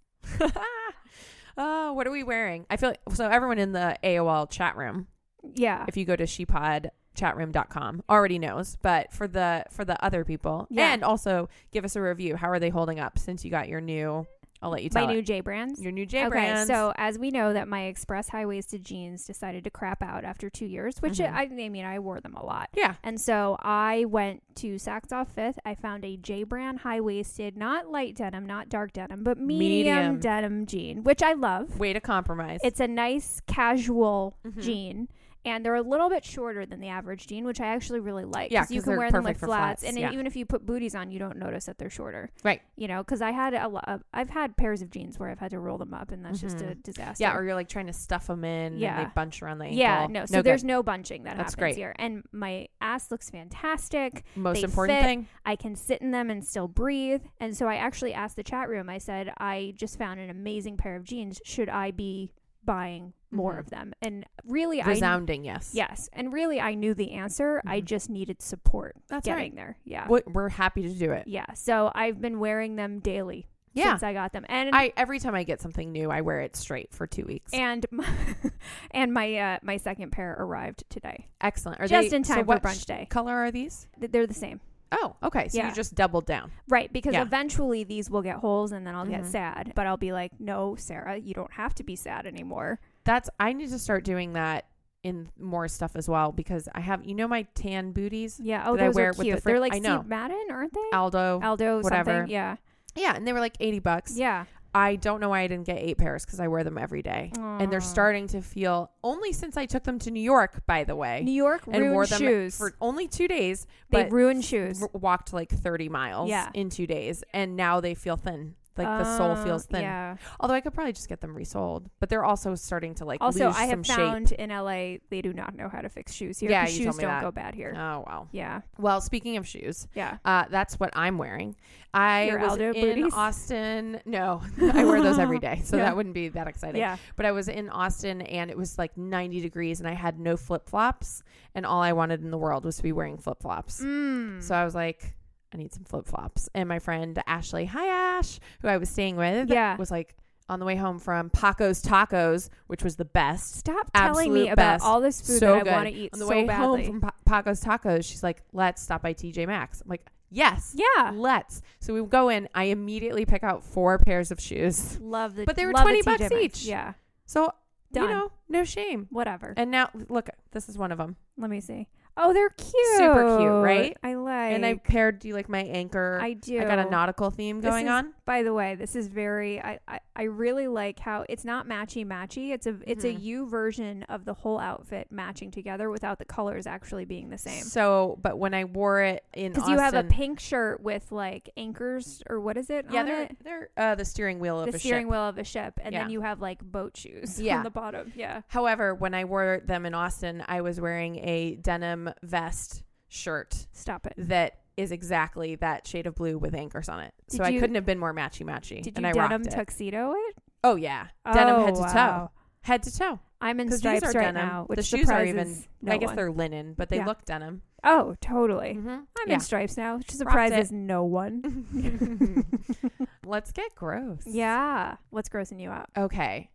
Speaker 2: oh, what are we wearing? I feel like, so. Everyone in the AOL chat room,
Speaker 1: Yeah.
Speaker 2: if you go to shepod chatroom.com already knows but for the for the other people
Speaker 1: Yeah.
Speaker 2: and also give us a review how are they holding up since you got your new i'll let you
Speaker 1: My
Speaker 2: tell
Speaker 1: new
Speaker 2: it.
Speaker 1: J brands.
Speaker 2: your new j
Speaker 1: okay,
Speaker 2: brands
Speaker 1: so as we know that my express high waisted jeans decided to crap out after two years, which
Speaker 2: Mhm.
Speaker 1: I, I mean I wore them a lot.
Speaker 2: yeah
Speaker 1: And so I went to Saks Off Fifth. I found a J brand high waisted, not light denim, not dark denim, but medium,
Speaker 2: Medium.
Speaker 1: denim jean, which I love.
Speaker 2: way to compromise
Speaker 1: It's a nice casual
Speaker 2: Mhm.
Speaker 1: jean. and they're a little bit shorter than the average jean, which I actually really like.
Speaker 2: Yeah,
Speaker 1: 'cause you
Speaker 2: 'cause
Speaker 1: can
Speaker 2: they're
Speaker 1: wear them
Speaker 2: perfect
Speaker 1: with
Speaker 2: for
Speaker 1: flats,
Speaker 2: flats,
Speaker 1: and
Speaker 2: yeah.
Speaker 1: even if you put booties on, you don't notice that they're shorter.
Speaker 2: Right.
Speaker 1: You know, because I had a lot. I've had pairs of jeans where I've had to roll them up, and that's just a disaster.
Speaker 2: Mm-hmm. Yeah, or you're like trying to stuff them in and
Speaker 1: Yeah.
Speaker 2: they bunch around the ankle.
Speaker 1: yeah, no. So
Speaker 2: good.
Speaker 1: there's no bunching that
Speaker 2: That's
Speaker 1: happens
Speaker 2: great.
Speaker 1: here, and my ass looks fantastic.
Speaker 2: most
Speaker 1: they
Speaker 2: important
Speaker 1: fit.
Speaker 2: thing.
Speaker 1: I can sit in them and still breathe. And so I actually asked the chat room. I said, I just found an amazing pair of jeans. Should I be buying more
Speaker 2: Mhm.
Speaker 1: of them? And really, I
Speaker 2: Resounding yes.
Speaker 1: yes, and really, I knew the answer. I
Speaker 2: Mhm.
Speaker 1: just needed support
Speaker 2: That's
Speaker 1: getting
Speaker 2: right.
Speaker 1: there. Yeah,
Speaker 2: What We're happy to do it.
Speaker 1: yeah. So I've been wearing them daily
Speaker 2: Yeah.
Speaker 1: since I got them, and
Speaker 2: I every time I get something new, I wear it straight for two weeks.
Speaker 1: and my, and my uh, my second pair arrived today.
Speaker 2: Excellent. Are
Speaker 1: Just
Speaker 2: they,
Speaker 1: in
Speaker 2: so
Speaker 1: time for
Speaker 2: what
Speaker 1: brunch
Speaker 2: sh-
Speaker 1: day.
Speaker 2: Color are these?
Speaker 1: Th- They're the same.
Speaker 2: Oh, okay. So
Speaker 1: Yeah.
Speaker 2: you just doubled down.
Speaker 1: Right, because
Speaker 2: Yeah.
Speaker 1: eventually these will get holes and then I'll
Speaker 2: Mhm.
Speaker 1: get sad. But I'll be like, no, Sarah, you don't have to be sad anymore.
Speaker 2: That's I need to start doing that in more stuff as well because I have you know my tan booties
Speaker 1: Yeah. Oh,
Speaker 2: that I
Speaker 1: those
Speaker 2: wear
Speaker 1: are
Speaker 2: with the
Speaker 1: cute.
Speaker 2: fri-
Speaker 1: They're like
Speaker 2: I know.
Speaker 1: Steve Madden, aren't they?
Speaker 2: Aldo.
Speaker 1: Aldo,
Speaker 2: whatever.
Speaker 1: something. Yeah.
Speaker 2: yeah, and they were like eighty bucks.
Speaker 1: Yeah.
Speaker 2: I don't know why I didn't get eight pairs because I wear them every day, and they're
Speaker 1: Aw.
Speaker 2: starting to feel only since I took them to New York, by the way,
Speaker 1: New York
Speaker 2: and wore
Speaker 1: ruined
Speaker 2: them
Speaker 1: shoes.
Speaker 2: for only two days.
Speaker 1: they
Speaker 2: but
Speaker 1: ruined shoes.
Speaker 2: r- walked like 30 miles
Speaker 1: Yeah.
Speaker 2: in two days and now they feel thin like the sole
Speaker 1: Oh,
Speaker 2: feels thin
Speaker 1: Yeah.
Speaker 2: although i could probably just get them resold but they're also starting to like
Speaker 1: Also,
Speaker 2: lose
Speaker 1: I
Speaker 2: some
Speaker 1: have
Speaker 2: shape
Speaker 1: found in LA they do not know how to fix shoes here.
Speaker 2: Yeah,
Speaker 1: 'cause
Speaker 2: you
Speaker 1: shoes
Speaker 2: told me
Speaker 1: don't
Speaker 2: that.
Speaker 1: go bad here.
Speaker 2: oh wow
Speaker 1: Yeah.
Speaker 2: well speaking of shoes
Speaker 1: Yeah.
Speaker 2: uh, that's what i'm wearing i
Speaker 1: Your
Speaker 2: was
Speaker 1: Aldo
Speaker 2: in
Speaker 1: booties?
Speaker 2: austin no i wear those every day so
Speaker 1: Yeah.
Speaker 2: that wouldn't be that exciting
Speaker 1: Yeah.
Speaker 2: but i was in austin and it was like 90 degrees and i had no flip-flops and all i wanted in the world was to be wearing flip-flops
Speaker 1: Mm.
Speaker 2: So I was like, I need some flip flops. And my friend Ashley, hi Ash, who I was staying with,
Speaker 1: Yeah.
Speaker 2: was like on the way home from Paco's Tacos, which was the best.
Speaker 1: Stop telling me
Speaker 2: absolute
Speaker 1: about
Speaker 2: best.
Speaker 1: all this food
Speaker 2: So
Speaker 1: that I want to
Speaker 2: good.
Speaker 1: eat
Speaker 2: On the
Speaker 1: so
Speaker 2: way
Speaker 1: badly.
Speaker 2: home from pa- Paco's Tacos, she's like, let's stop by TJ Maxx. I'm like, yes,
Speaker 1: yeah.
Speaker 2: let's. So we go in. I immediately pick out four pairs of shoes.
Speaker 1: Love the
Speaker 2: But they were
Speaker 1: love the
Speaker 2: 20
Speaker 1: TJ
Speaker 2: bucks
Speaker 1: Maxx.
Speaker 2: each.
Speaker 1: Yeah.
Speaker 2: So,
Speaker 1: Done.
Speaker 2: you know, no shame.
Speaker 1: Whatever.
Speaker 2: And now, look, this is one of them.
Speaker 1: Let me see. Oh, they're cute.
Speaker 2: Super cute, right?
Speaker 1: I like.
Speaker 2: and I paired, do you like my anchor?
Speaker 1: I do.
Speaker 2: I got a nautical theme
Speaker 1: This
Speaker 2: going
Speaker 1: is-
Speaker 2: on.
Speaker 1: By the way, this is very. I, I I really like how it's not matchy matchy. It's a it's
Speaker 2: Mhm.
Speaker 1: a U version of the whole outfit matching together without the colors actually being the same.
Speaker 2: So, but when I wore it in
Speaker 1: Because
Speaker 2: Austin,
Speaker 1: you have a pink shirt with like anchors or what is it?
Speaker 2: yeah,
Speaker 1: on
Speaker 2: they're
Speaker 1: it?
Speaker 2: they're uh, the steering wheel of
Speaker 1: the
Speaker 2: a
Speaker 1: steering
Speaker 2: ship.
Speaker 1: wheel of a ship, and
Speaker 2: Yeah.
Speaker 1: then you have like boat shoes
Speaker 2: Yeah.
Speaker 1: on the bottom. Yeah.
Speaker 2: However, when I wore them in Austin, I was wearing a denim vest shirt
Speaker 1: Stop it.
Speaker 2: that is exactly that shade of blue with anchors on it. so
Speaker 1: Did
Speaker 2: I
Speaker 1: you-
Speaker 2: couldn't have been more matchy matchy.
Speaker 1: Did
Speaker 2: and
Speaker 1: you
Speaker 2: I
Speaker 1: denim
Speaker 2: rocked it.
Speaker 1: tuxedo it?
Speaker 2: oh yeah, denim
Speaker 1: Oh,
Speaker 2: head to toe,
Speaker 1: wow.
Speaker 2: head to toe.
Speaker 1: I'm in
Speaker 2: 'Cause these
Speaker 1: stripes
Speaker 2: are
Speaker 1: right
Speaker 2: denim.
Speaker 1: now,
Speaker 2: The
Speaker 1: which
Speaker 2: shoes are even-
Speaker 1: surprises No
Speaker 2: I guess
Speaker 1: one.
Speaker 2: they're linen, but they
Speaker 1: Yeah.
Speaker 2: look denim.
Speaker 1: Oh, totally.
Speaker 2: Mm-hmm.
Speaker 1: I'm
Speaker 2: yeah.
Speaker 1: in stripes now, which surprises no one.
Speaker 2: Let's get gross.
Speaker 1: Yeah. What's grossing you out?
Speaker 2: Okay.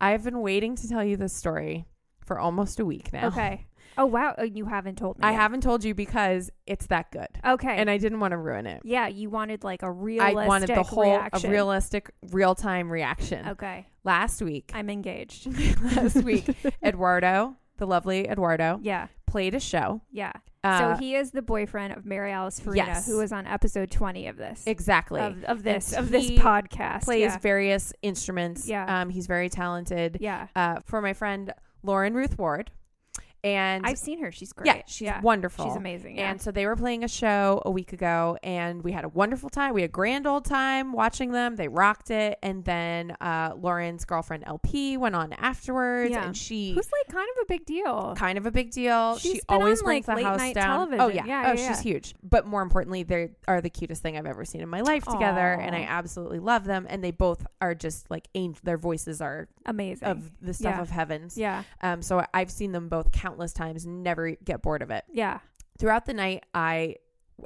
Speaker 2: I've been waiting to tell you this story for almost a week now.
Speaker 1: Okay. Oh wow, Oh, you haven't told me.
Speaker 2: I
Speaker 1: yet.
Speaker 2: haven't told you because it's that good.
Speaker 1: Okay.
Speaker 2: And I didn't want to ruin it.
Speaker 1: yeah, you wanted like a
Speaker 2: I
Speaker 1: realistic
Speaker 2: wanted the whole
Speaker 1: reaction. Oh.
Speaker 2: a realistic real time reaction.
Speaker 1: Okay.
Speaker 2: Last week,
Speaker 1: I'm engaged.
Speaker 2: last week, Eduardo, the lovely Eduardo,
Speaker 1: Yeah.
Speaker 2: played a show.
Speaker 1: Yeah.
Speaker 2: Uh,
Speaker 1: so he is the boyfriend of Mary Alice Farina,
Speaker 2: Yes.
Speaker 1: who was on episode 20 of this.
Speaker 2: exactly
Speaker 1: Of, of this
Speaker 2: And
Speaker 1: of this
Speaker 2: he
Speaker 1: podcast.
Speaker 2: plays
Speaker 1: yeah.
Speaker 2: various instruments.
Speaker 1: Yeah.
Speaker 2: Um, he's very talented.
Speaker 1: yeah.
Speaker 2: Uh, for my friend Lauren Ruth Ward, and
Speaker 1: I've seen her. She's great.
Speaker 2: yeah, she's wonderful.
Speaker 1: She's amazing. Yeah.
Speaker 2: And so they were playing a show a week ago, and we had a wonderful time. We had a grand old time watching them. They rocked it. And then uh, Lauren's girlfriend LP went on afterwards,
Speaker 1: Yeah.
Speaker 2: and she
Speaker 1: Who's like kind of a big deal.
Speaker 2: kind of a big deal.
Speaker 1: She's
Speaker 2: she
Speaker 1: been
Speaker 2: always
Speaker 1: on,
Speaker 2: brings
Speaker 1: like,
Speaker 2: the
Speaker 1: late
Speaker 2: house
Speaker 1: night
Speaker 2: down.
Speaker 1: television.
Speaker 2: Oh yeah,
Speaker 1: Yeah,
Speaker 2: oh
Speaker 1: yeah,
Speaker 2: she's
Speaker 1: yeah.
Speaker 2: huge. But more importantly, they are the cutest thing I've ever seen in my life together, and I
Speaker 1: Aw.
Speaker 2: absolutely love them. And they both are just like angel. Their voices are
Speaker 1: Amazing.
Speaker 2: of the stuff
Speaker 1: Yeah.
Speaker 2: of heavens.
Speaker 1: yeah.
Speaker 2: Um, so I've seen them both countless times. Never get bored of it.
Speaker 1: Yeah.
Speaker 2: Throughout the night, I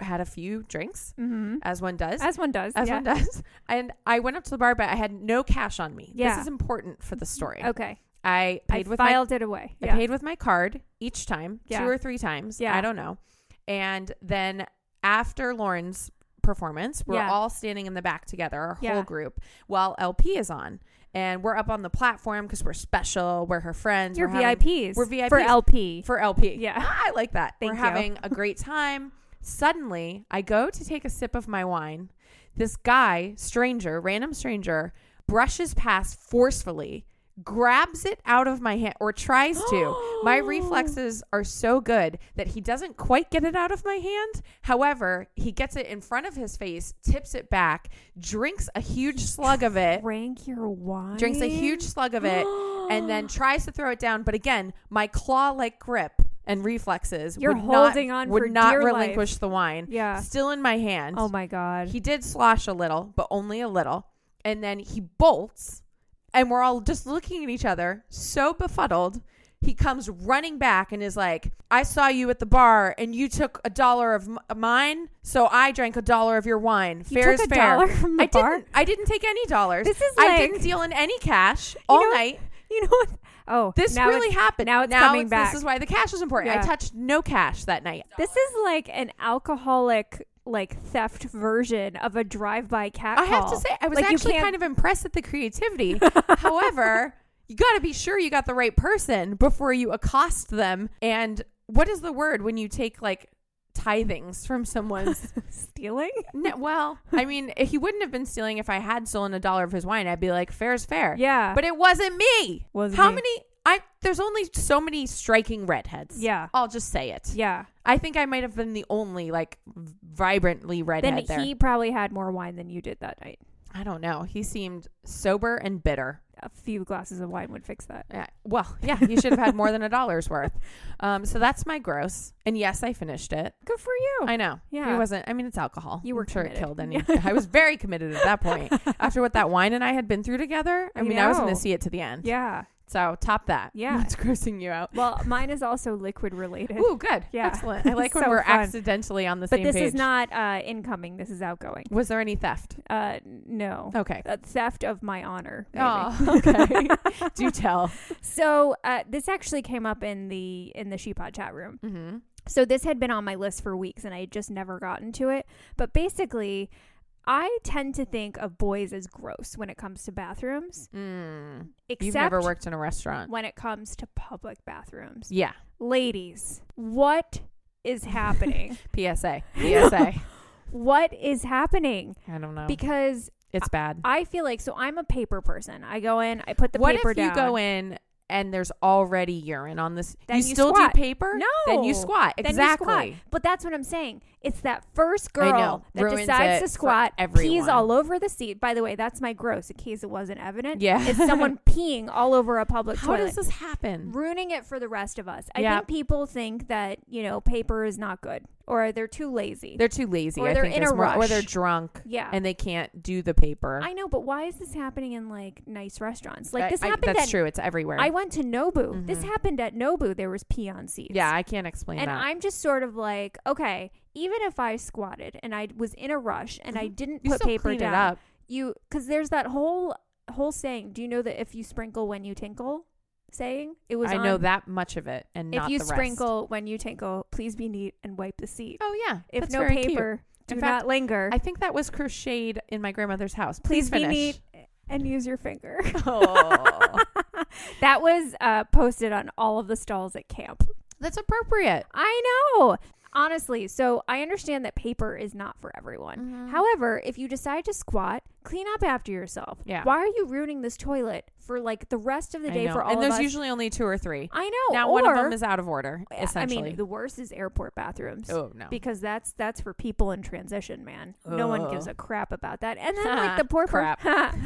Speaker 2: had a few drinks
Speaker 1: Mm-hmm.
Speaker 2: as one does. As,
Speaker 1: As one does. yeah.
Speaker 2: one does. And I went up to the bar, but I had no cash on me.
Speaker 1: Yeah.
Speaker 2: This is important for the story.
Speaker 1: Okay.
Speaker 2: I paid
Speaker 1: I
Speaker 2: with
Speaker 1: filed it away.
Speaker 2: my
Speaker 1: Yeah.
Speaker 2: I paid with my card each time,
Speaker 1: Yeah.
Speaker 2: two or three times.
Speaker 1: Yeah.
Speaker 2: I don't know. And then after Lauren's performance, we're
Speaker 1: Yeah.
Speaker 2: all standing in the back together, our whole
Speaker 1: Yeah.
Speaker 2: group, while LP is on. And we're up on the platform because we're special. We're her friends.
Speaker 1: You're
Speaker 2: we're having-
Speaker 1: VIPs.
Speaker 2: we're
Speaker 1: For
Speaker 2: VIPs.
Speaker 1: LP.
Speaker 2: for LP.
Speaker 1: Yeah.
Speaker 2: I like that.
Speaker 1: Thank
Speaker 2: We're
Speaker 1: you.
Speaker 2: having a great time. Suddenly, I go to take a sip of my wine. This guy, stranger, random stranger, brushes past forcefully, grabs it out of my hand or tries to. my reflexes are so good that he doesn't quite get it out of my hand. However, he gets it in front of his face, tips it back, drinks a huge slug of it,
Speaker 1: Rank your wine.
Speaker 2: drinks a huge slug of it, and then tries to throw it down. But again, my claw like grip and reflexes
Speaker 1: You're
Speaker 2: would
Speaker 1: holding
Speaker 2: not,
Speaker 1: on
Speaker 2: would
Speaker 1: for
Speaker 2: not
Speaker 1: dear life.
Speaker 2: relinquish the wine.
Speaker 1: Yeah.
Speaker 2: Still in my hand.
Speaker 1: Oh my god.
Speaker 2: He did slosh a little, but only a little. And then he bolts, and we're all just looking at each other, so befuddled. He comes running back and is like, I saw you at the bar and you took a dollar of m- mine, so I drank a dollar of your wine.
Speaker 1: He
Speaker 2: fair
Speaker 1: took
Speaker 2: is
Speaker 1: a
Speaker 2: fair.
Speaker 1: dollar from the
Speaker 2: I
Speaker 1: bar?
Speaker 2: Didn't, I didn't take any dollars.
Speaker 1: This is
Speaker 2: I
Speaker 1: like-
Speaker 2: didn't deal in any cash all
Speaker 1: know-
Speaker 2: night.
Speaker 1: you know what? Oh,
Speaker 2: This
Speaker 1: now
Speaker 2: really
Speaker 1: it's-
Speaker 2: happened.
Speaker 1: Now it's coming back.
Speaker 2: This is why the cash is important. I
Speaker 1: Yeah.
Speaker 2: touched no cash that night.
Speaker 1: This is like an alcoholic like theft version of a drive-by cat.
Speaker 2: I have to say, I was actually kind of impressed at the creativity. However, you got to be sure you got the right person before you accost them. And what is the word when you take like tithings from someone's?
Speaker 1: of stealing.
Speaker 2: no, well, I mean, if he wouldn't have been stealing if I had stolen a dollar of his wine. I'd be like, fair's fair.
Speaker 1: Yeah,
Speaker 2: But it wasn't me.
Speaker 1: Wasn't
Speaker 2: How
Speaker 1: you.
Speaker 2: many? I there's only so many striking redheads.
Speaker 1: Yeah.
Speaker 2: I'll just say it.
Speaker 1: yeah.
Speaker 2: I think I might have been the only like vibrantly
Speaker 1: Then
Speaker 2: redhead there.
Speaker 1: he probably had more wine than you did that night.
Speaker 2: I don't know. He seemed sober and bitter.
Speaker 1: A few glasses of wine would fix that.
Speaker 2: Yeah, well, yeah, you should have had more than a dollar's worth. Um, so that's my gross. And yes, I finished it.
Speaker 1: Good for you.
Speaker 2: I know.
Speaker 1: Oh, Yeah.
Speaker 2: It wasn't, I mean, it's alcohol.
Speaker 1: You
Speaker 2: I'm
Speaker 1: were
Speaker 2: sure it
Speaker 1: committed.
Speaker 2: killed any. I was very committed at that point. After what that wine and I had been through together, I
Speaker 1: I
Speaker 2: mean, I was going to
Speaker 1: know.
Speaker 2: see it to the end.
Speaker 1: yeah.
Speaker 2: So top that.
Speaker 1: Yeah.
Speaker 2: It's grossing you out.
Speaker 1: Well, mine is also liquid related.
Speaker 2: Ooh, good.
Speaker 1: Yeah.
Speaker 2: Excellent. I like when
Speaker 1: So
Speaker 2: we're
Speaker 1: fun.
Speaker 2: accidentally on the
Speaker 1: but
Speaker 2: same
Speaker 1: this
Speaker 2: page.
Speaker 1: is not uh, incoming. This is outgoing.
Speaker 2: Was there any theft?
Speaker 1: Uh, no.
Speaker 2: Okay.
Speaker 1: Uh, theft of my honor. maybe.
Speaker 2: Oh, okay. Do tell.
Speaker 1: So uh, this actually came up in the in the Sheepod chat room.
Speaker 2: Mm-hmm.
Speaker 1: So this had been on my list for weeks, and I had just never gotten to it. But basically, I tend to think of boys as gross when it comes to bathrooms,
Speaker 2: Mm.
Speaker 1: except
Speaker 2: You've never worked in a restaurant.
Speaker 1: when it comes to public bathrooms.
Speaker 2: Yeah.
Speaker 1: Ladies, what is happening?
Speaker 2: PSA. PSA.
Speaker 1: what is happening?
Speaker 2: I don't know.
Speaker 1: Because
Speaker 2: it's bad.
Speaker 1: I feel like so I'm a paper person. I go in, I put the
Speaker 2: what
Speaker 1: paper
Speaker 2: if
Speaker 1: down.
Speaker 2: you go in and there's already urine on this?
Speaker 1: Then
Speaker 2: you,
Speaker 1: you
Speaker 2: still
Speaker 1: squat.
Speaker 2: do paper?
Speaker 1: No.
Speaker 2: Then you squat.
Speaker 1: Then you
Speaker 2: Exactly.
Speaker 1: squat. But that's what I'm saying. It's that first
Speaker 2: I
Speaker 1: girl
Speaker 2: know.
Speaker 1: that
Speaker 2: Ruins
Speaker 1: decides
Speaker 2: it
Speaker 1: to
Speaker 2: for
Speaker 1: squat, pees
Speaker 2: everyone.
Speaker 1: all over the seat. By the way, that's my gross in case it wasn't evident.
Speaker 2: Yeah.
Speaker 1: Is someone peeing all over a public
Speaker 2: How
Speaker 1: toilet.
Speaker 2: does this happen?
Speaker 1: ruining it for the rest of us. I
Speaker 2: Yeah.
Speaker 1: think people think that, you know, paper is not good or they're too lazy.
Speaker 2: They're too lazy.
Speaker 1: Or
Speaker 2: I
Speaker 1: they're
Speaker 2: think
Speaker 1: in
Speaker 2: is
Speaker 1: a
Speaker 2: more- Or
Speaker 1: rush.
Speaker 2: they're drunk
Speaker 1: yeah.
Speaker 2: and they can't do the paper.
Speaker 1: I know, but why is this happening in like nice restaurants?
Speaker 2: I-
Speaker 1: Like this
Speaker 2: I-
Speaker 1: happened
Speaker 2: That's
Speaker 1: at
Speaker 2: true. It's everywhere.
Speaker 1: I went to Nobu. This
Speaker 2: Mhm.
Speaker 1: happened at Nobu. There was pee on seats.
Speaker 2: yeah, I can't explain
Speaker 1: And
Speaker 2: that.
Speaker 1: I'm just sort of like, okay, even if I squatted and I was in a rush and I
Speaker 2: Mhm.
Speaker 1: didn't
Speaker 2: you
Speaker 1: put
Speaker 2: still
Speaker 1: paper
Speaker 2: clean
Speaker 1: down,
Speaker 2: it up.
Speaker 1: you because there's that whole whole saying. Do you know that if you sprinkle when you tinkle, saying it was.
Speaker 2: I know
Speaker 1: on,
Speaker 2: that much of it, and
Speaker 1: If
Speaker 2: not
Speaker 1: you
Speaker 2: the rest.
Speaker 1: sprinkle when you tinkle, please be neat and wipe the seat.
Speaker 2: Oh yeah.
Speaker 1: if
Speaker 2: that's
Speaker 1: no
Speaker 2: very cute.
Speaker 1: paper, do
Speaker 2: In fact,
Speaker 1: not linger.
Speaker 2: I think that was crocheted in my grandmother's house.
Speaker 1: please
Speaker 2: Please,
Speaker 1: be
Speaker 2: finish.
Speaker 1: neat and use your finger.
Speaker 2: Oh,
Speaker 1: that was uh, posted on all of the stalls at camp.
Speaker 2: that's appropriate.
Speaker 1: I know. Honestly, so I understand that paper is not for everyone.
Speaker 2: Mhm.
Speaker 1: However, if you decide to squat, clean up after yourself.
Speaker 2: Yeah.
Speaker 1: Why are you ruining this toilet for like the rest of the
Speaker 2: I
Speaker 1: day
Speaker 2: know.
Speaker 1: for all
Speaker 2: and there's
Speaker 1: of us?
Speaker 2: usually only two or three.
Speaker 1: I know.
Speaker 2: now
Speaker 1: or,
Speaker 2: one of them is out of order,
Speaker 1: I
Speaker 2: essentially.
Speaker 1: mean, the worst is airport bathrooms.
Speaker 2: oh no.
Speaker 1: Because that's that's for people in transition, man. No one gives
Speaker 2: Ugh.
Speaker 1: a crap about that. And then like the poor per-
Speaker 2: Oh. Crap.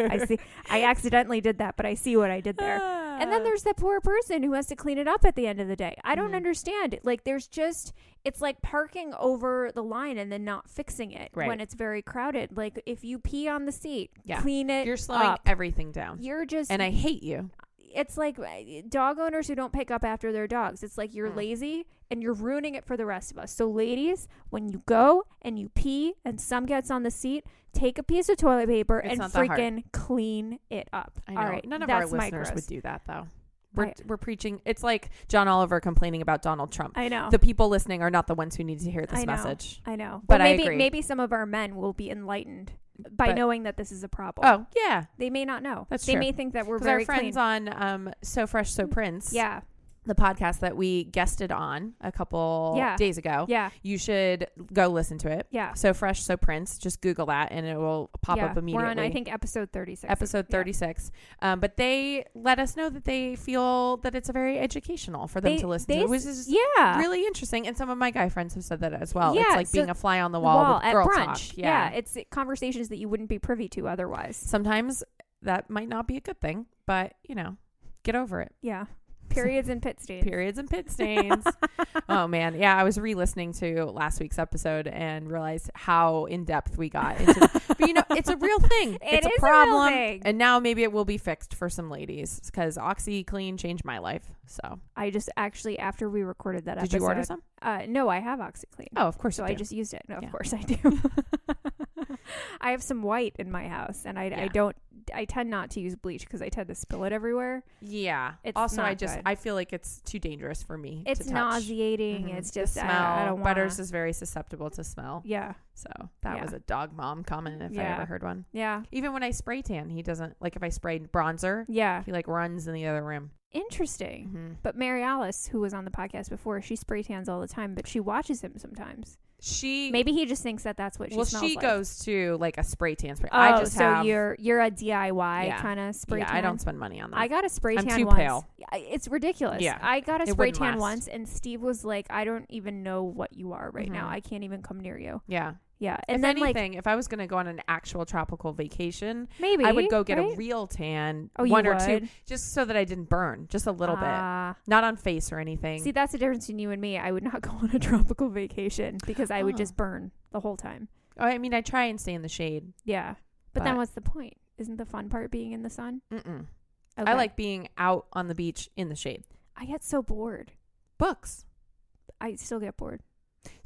Speaker 1: I see. I accidentally did that, but I see what I did there. And
Speaker 2: Ah.
Speaker 1: then there's the poor person who has to clean it up at the end of the day. I don't
Speaker 2: Mhm.
Speaker 1: understand. Like, there's just, it's like parking over the line and then not fixing it
Speaker 2: Right.
Speaker 1: when it's very crowded. Like, if you pee on the seat,
Speaker 2: Yeah.
Speaker 1: clean it.
Speaker 2: you're slowing
Speaker 1: up.
Speaker 2: everything down.
Speaker 1: You're just,
Speaker 2: And I hate you.
Speaker 1: it's like uh, dog owners who don't pick up after their dogs. It's like you're
Speaker 2: Mm.
Speaker 1: lazy and you're ruining it for the rest of us. So, ladies, when you go and you pee and some gets on the seat, take a piece of toilet paper
Speaker 2: It's
Speaker 1: and
Speaker 2: not that hard.
Speaker 1: freaking clean it up.
Speaker 2: I know.
Speaker 1: All right.
Speaker 2: None of
Speaker 1: that's
Speaker 2: our
Speaker 1: my
Speaker 2: listeners would
Speaker 1: gross.
Speaker 2: do that though. We're,
Speaker 1: I-
Speaker 2: we're preaching. It's like John Oliver complaining about Donald Trump.
Speaker 1: I know.
Speaker 2: The people listening are not the ones who need to hear this
Speaker 1: I know.
Speaker 2: message.
Speaker 1: I know,
Speaker 2: But
Speaker 1: but,
Speaker 2: I
Speaker 1: maybe
Speaker 2: agree.
Speaker 1: maybe some of our men will be enlightened by
Speaker 2: But-
Speaker 1: knowing that this is a problem.
Speaker 2: Oh yeah,
Speaker 1: they may not know.
Speaker 2: That's
Speaker 1: they
Speaker 2: true.
Speaker 1: may think that we're
Speaker 2: because our
Speaker 1: very
Speaker 2: friends
Speaker 1: friends
Speaker 2: on um, So Fresh So Prince
Speaker 1: yeah,
Speaker 2: the podcast that we guested on a couple
Speaker 1: Yeah.
Speaker 2: days ago.
Speaker 1: Yeah.
Speaker 2: You should go listen to it.
Speaker 1: Yeah.
Speaker 2: So fresh, so Prince. Just Google that, and it will pop
Speaker 1: yeah.
Speaker 2: up immediately.
Speaker 1: We're on, I think, episode 36.
Speaker 2: episode
Speaker 1: Yeah.
Speaker 2: 36 um, but they let us know that they feel that it's a very educational for them
Speaker 1: They-
Speaker 2: to listen
Speaker 1: they
Speaker 2: to which
Speaker 1: s-
Speaker 2: is
Speaker 1: yeah.
Speaker 2: really interesting and some of my guy friends have said that as well
Speaker 1: Yeah,
Speaker 2: it's like
Speaker 1: so-
Speaker 2: being a fly on the wall, with
Speaker 1: at
Speaker 2: girl
Speaker 1: brunch.
Speaker 2: talk
Speaker 1: Yeah. It's conversations that you wouldn't be privy to otherwise.
Speaker 2: sometimes that might not be a good thing but you know get over it
Speaker 1: Yeah. Periods and pit stains.
Speaker 2: periods and pit stains oh man yeah i was re-listening to last week's episode and realized how in-depth we got into but you know it's a real thing
Speaker 1: It is
Speaker 2: it's
Speaker 1: a
Speaker 2: a
Speaker 1: real
Speaker 2: problem
Speaker 1: thing.
Speaker 2: and now maybe it will be fixed for some ladies because oxyclean changed my life so
Speaker 1: I just actually, after we recorded that
Speaker 2: did
Speaker 1: episode.
Speaker 2: you order some
Speaker 1: Uh, no, I have OxyClean.
Speaker 2: oh of course
Speaker 1: so
Speaker 2: you
Speaker 1: I
Speaker 2: do.
Speaker 1: just used it. No,
Speaker 2: Yeah.
Speaker 1: of course I do. I have some white in my house, and I,
Speaker 2: Yeah.
Speaker 1: I don't. I tend not to use bleach because I tend to spill it everywhere.
Speaker 2: yeah
Speaker 1: It's
Speaker 2: also i
Speaker 1: not
Speaker 2: just
Speaker 1: good.
Speaker 2: i feel like it's too dangerous for me
Speaker 1: It's
Speaker 2: to touch.
Speaker 1: nauseating.
Speaker 2: Mhm.
Speaker 1: It's
Speaker 2: The
Speaker 1: just
Speaker 2: smell
Speaker 1: I, I don't want.
Speaker 2: butters is very susceptible to smell
Speaker 1: Yeah,
Speaker 2: so that
Speaker 1: Yeah.
Speaker 2: was a dog mom comment if i
Speaker 1: Yeah.
Speaker 2: ever heard one
Speaker 1: yeah,
Speaker 2: even when i spray tan he doesn't like if i sprayed bronzer
Speaker 1: yeah.
Speaker 2: he like runs in the other room
Speaker 1: Interesting.
Speaker 2: mm-hmm.
Speaker 1: But Mary Alice, who was on the podcast before, she spray tans all the time, but she watches him sometimes.
Speaker 2: she
Speaker 1: Maybe he just thinks that that's what she
Speaker 2: well
Speaker 1: smells
Speaker 2: she
Speaker 1: like.
Speaker 2: goes to like a spray tan spray
Speaker 1: Oh,
Speaker 2: i just
Speaker 1: so
Speaker 2: have
Speaker 1: you're you're a DIY
Speaker 2: Yeah.
Speaker 1: kind of spray
Speaker 2: yeah
Speaker 1: tan.
Speaker 2: i don't spend money on that
Speaker 1: I got a spray
Speaker 2: I'm
Speaker 1: tan
Speaker 2: too
Speaker 1: once.
Speaker 2: pale.
Speaker 1: I- It's ridiculous.
Speaker 2: Yeah.
Speaker 1: I got a
Speaker 2: It
Speaker 1: spray
Speaker 2: wouldn't
Speaker 1: tan
Speaker 2: last.
Speaker 1: once and Steve was like, I don't even know what you are right now.
Speaker 2: Mhm.
Speaker 1: I can't even come near you.
Speaker 2: yeah
Speaker 1: Yeah. And
Speaker 2: if
Speaker 1: then like
Speaker 2: anything if i was going to go on an actual tropical vacation
Speaker 1: maybe
Speaker 2: i would go get a
Speaker 1: right?
Speaker 2: real tan
Speaker 1: Oh,
Speaker 2: one
Speaker 1: you
Speaker 2: or two
Speaker 1: would?
Speaker 2: just so that i didn't burn just a little bit
Speaker 1: Ah.
Speaker 2: not on face or anything
Speaker 1: See, that's the difference between you and me. I would not go on a tropical vacation because I would
Speaker 2: Oh.
Speaker 1: just burn the whole time.
Speaker 2: oh, i mean i try and stay in the shade
Speaker 1: Yeah. But, then
Speaker 2: But-
Speaker 1: what's the point? Isn't the fun part being in the sun?
Speaker 2: Mm-mm.
Speaker 1: Okay.
Speaker 2: i like being out on the beach in the shade
Speaker 1: I get so bored.
Speaker 2: books
Speaker 1: I still get bored.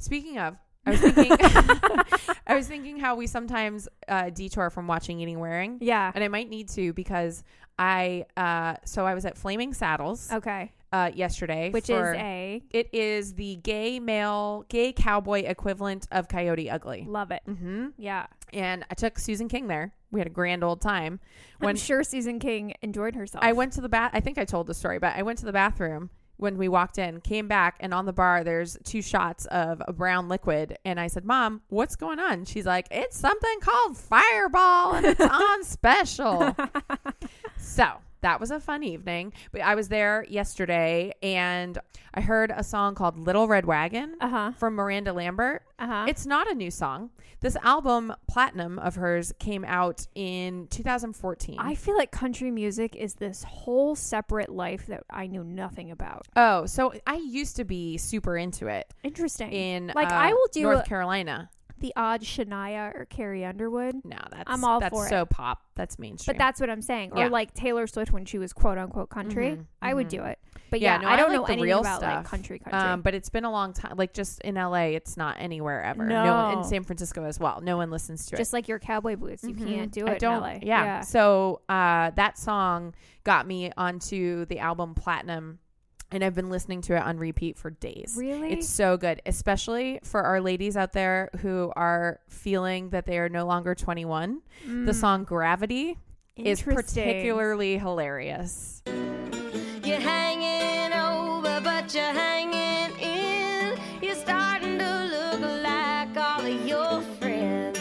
Speaker 2: speaking of i was thinking i was thinking how we sometimes uh, detour from watching eating wearing
Speaker 1: yeah.
Speaker 2: and I might need to because I uh so I was at Flaming Saddles
Speaker 1: Okay.
Speaker 2: uh yesterday,
Speaker 1: Which
Speaker 2: for-
Speaker 1: is a
Speaker 2: it is the gay male gay cowboy equivalent of Coyote Ugly.
Speaker 1: love it.
Speaker 2: Mm-hmm.
Speaker 1: Yeah.
Speaker 2: And I took Susan King there. We had a grand old time.
Speaker 1: I'm
Speaker 2: When-
Speaker 1: sure Susan King enjoyed herself.
Speaker 2: I went to the bath. I think I told the story, but I went to the bathroom when we walked in, came back, and on the bar there's two shots of a brown liquid. And I said, "Mom, what's going on?" She's like, "It's something called Fireball, and it's on special." so. That was a fun evening. But I was there yesterday and I heard a song called Little Red Wagon
Speaker 1: Uh huh.
Speaker 2: from Miranda Lambert.
Speaker 1: Uh huh.
Speaker 2: It's not a new song. This album, Platinum, of hers came out in 2014.
Speaker 1: I feel like country music is this whole separate life that I knew nothing about.
Speaker 2: Oh, so I used to be super into it
Speaker 1: Interesting.
Speaker 2: in
Speaker 1: Like,
Speaker 2: uh,
Speaker 1: I will do
Speaker 2: North
Speaker 1: a-
Speaker 2: Carolina.
Speaker 1: the odd Shania or Carrie Underwood.
Speaker 2: No, that's
Speaker 1: I'm all
Speaker 2: that's
Speaker 1: for
Speaker 2: so pop. That's mainstream.
Speaker 1: But that's what I'm saying. Or
Speaker 2: Yeah.
Speaker 1: like Taylor Swift when she was quote unquote country.
Speaker 2: Mhm,
Speaker 1: I would
Speaker 2: mhm.
Speaker 1: do it. But
Speaker 2: Yeah,
Speaker 1: yeah,
Speaker 2: no, I
Speaker 1: I don't
Speaker 2: like
Speaker 1: know
Speaker 2: the
Speaker 1: anything
Speaker 2: real
Speaker 1: about like
Speaker 2: stuff.
Speaker 1: country country.
Speaker 2: um, but it's been a long time. Like just in LA, it's not anywhere ever.
Speaker 1: No.
Speaker 2: in San Francisco as well. No one listens to
Speaker 1: Just like your cowboy boots.
Speaker 2: it.
Speaker 1: You
Speaker 2: Mhm.
Speaker 1: can't do
Speaker 2: I
Speaker 1: it
Speaker 2: don't.
Speaker 1: in LA.
Speaker 2: Yeah. So uh, that song got me onto the album Platinum, and I've been listening to it on repeat for days.
Speaker 1: Really?
Speaker 2: It's so good, especially for our ladies out there who are feeling that they are no longer 21. The song Gravity is
Speaker 1: Mm. Interesting.
Speaker 2: particularly hilarious.
Speaker 3: You're hanging over, but you're hanging in. You're starting to look like all of your friends.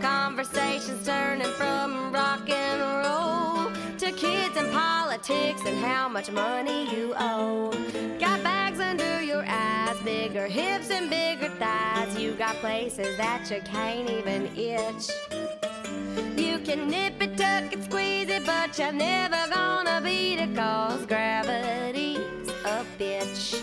Speaker 3: Conversations turning from rock and roll to kids and politics and how much money you owe. Got bags under your eyes, bigger hips and bigger thighs. You got places that you can't even itch. You can nip it, tuck it, squeeze it, but you're never gonna beat it, cause gravity's a bitch.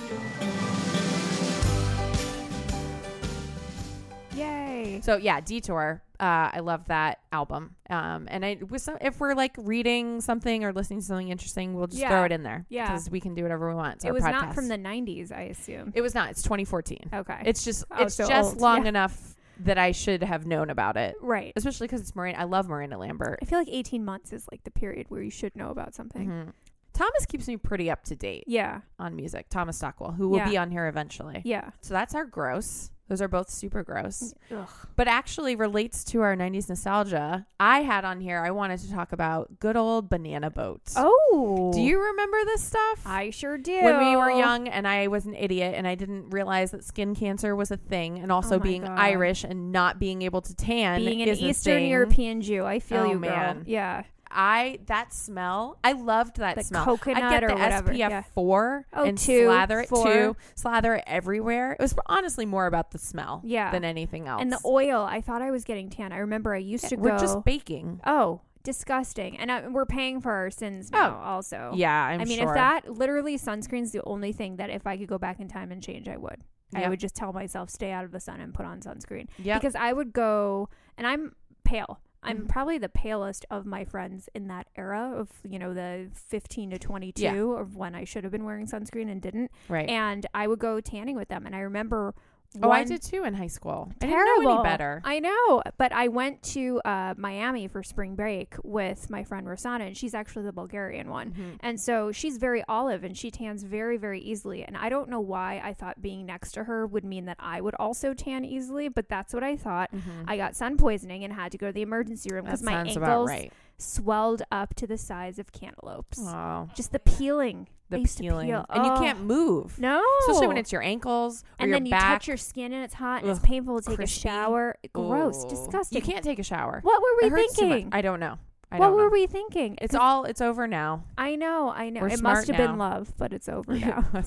Speaker 1: Yay.
Speaker 2: So yeah, Detour. Uh, I love that album. Um, and I with some, if we're like reading something or listening to something interesting, we'll just
Speaker 1: Yeah.
Speaker 2: throw it in there.
Speaker 1: Yeah.
Speaker 2: because we can do whatever we want. It's
Speaker 1: it
Speaker 2: our
Speaker 1: was
Speaker 2: podcast.
Speaker 1: not from the 90s, I assume.
Speaker 2: It was not. It's 2014.
Speaker 1: okay.
Speaker 2: It's just
Speaker 1: Oh,
Speaker 2: it's
Speaker 1: so
Speaker 2: just
Speaker 1: old.
Speaker 2: long
Speaker 1: Yeah.
Speaker 2: enough that I should have known about it,
Speaker 1: right.
Speaker 2: especially because it's Miranda. I love Miranda Lambert.
Speaker 1: I feel like 18 months is like the period where you should know about something.
Speaker 2: Mhm. Thomas keeps me pretty up to date
Speaker 1: Yeah.
Speaker 2: on music. Thomas Stockwell, who will
Speaker 1: Yeah.
Speaker 2: be on here eventually.
Speaker 1: Yeah.
Speaker 2: So that's our gross. Those are both super gross,
Speaker 1: Ugh.
Speaker 2: but actually relates to our 90s nostalgia. I had on here, I wanted to talk about good old banana boats.
Speaker 1: Oh.
Speaker 2: Do you remember this stuff?
Speaker 1: I sure do.
Speaker 2: when we were young and I was an idiot and I didn't realize that skin cancer was a thing and also
Speaker 1: Oh my
Speaker 2: being
Speaker 1: God.
Speaker 2: Irish and not being able to tan
Speaker 1: being an
Speaker 2: is a
Speaker 1: Eastern
Speaker 2: thing.
Speaker 1: European Jew, I feel
Speaker 2: Oh,
Speaker 1: you, girl.
Speaker 2: man.
Speaker 1: Yeah.
Speaker 2: I that smell I loved that
Speaker 1: The
Speaker 2: smell
Speaker 1: coconut
Speaker 2: I get
Speaker 1: or
Speaker 2: the
Speaker 1: whatever,
Speaker 2: SPF
Speaker 1: yeah.
Speaker 2: four
Speaker 1: Oh,
Speaker 2: and
Speaker 1: two,
Speaker 2: slather it
Speaker 1: four.
Speaker 2: too slather it everywhere it was honestly more about the smell
Speaker 1: Yeah.
Speaker 2: than anything else
Speaker 1: And the oil, I thought I was getting tan. I remember I used to
Speaker 2: we're
Speaker 1: go.
Speaker 2: just baking
Speaker 1: oh, disgusting. And I, we're paying for our sins now, also.
Speaker 2: Oh. yeah
Speaker 1: Oh. i
Speaker 2: I'm
Speaker 1: mean,
Speaker 2: sure.
Speaker 1: if that literally sunscreen's the only thing that if I could go back in time and change, I would. I
Speaker 2: Yep.
Speaker 1: would just tell myself stay out of the sun and put on sunscreen
Speaker 2: Yep.
Speaker 1: because I would go and I'm pale. I'm
Speaker 2: Mhm.
Speaker 1: probably the palest of my friends in that era of you know the 15 to 22 of when I should have been wearing sunscreen and didn't.
Speaker 2: right
Speaker 1: And I would go tanning with them, and I remember.
Speaker 2: oh I
Speaker 1: one-
Speaker 2: did too in high school I
Speaker 1: terrible.
Speaker 2: didn't know any better
Speaker 1: I know, but I went to uh, Miami for spring break with my friend Rosanna, and she's actually the Bulgarian one.
Speaker 2: Mhm.
Speaker 1: And so she's very olive and she tans very, very easily. And I don't know why I thought being next to her would mean that I would also tan easily, but that's what I thought.
Speaker 2: Mhm.
Speaker 1: I got sun poisoning and had to go to the emergency room
Speaker 2: that
Speaker 1: because my
Speaker 2: sounds
Speaker 1: ankles
Speaker 2: about right
Speaker 1: swelled up to the size of cantaloupes.
Speaker 2: oh
Speaker 1: Just the peeling. I
Speaker 2: the
Speaker 1: used to
Speaker 2: peeling
Speaker 1: peel.
Speaker 2: and you
Speaker 1: Oh.
Speaker 2: can't move
Speaker 1: No.
Speaker 2: especially when it's your ankles or
Speaker 1: and
Speaker 2: your
Speaker 1: then
Speaker 2: back.
Speaker 1: you touch your skin and it's hot and it's
Speaker 2: Ugh,
Speaker 1: painful to take a
Speaker 2: crispy.
Speaker 1: shower. Gross.
Speaker 2: Ooh.
Speaker 1: Disgusting.
Speaker 2: You can't take a shower.
Speaker 1: What were we
Speaker 2: It hurts too much.
Speaker 1: thinking?
Speaker 2: I don't know. I
Speaker 1: what
Speaker 2: don't
Speaker 1: were
Speaker 2: know.
Speaker 1: we thinking?
Speaker 2: It's all. It's over now.
Speaker 1: I know, I know.
Speaker 2: We're
Speaker 1: it
Speaker 2: smart
Speaker 1: must have
Speaker 2: now.
Speaker 1: been love, but it's over now.
Speaker 2: Yeah.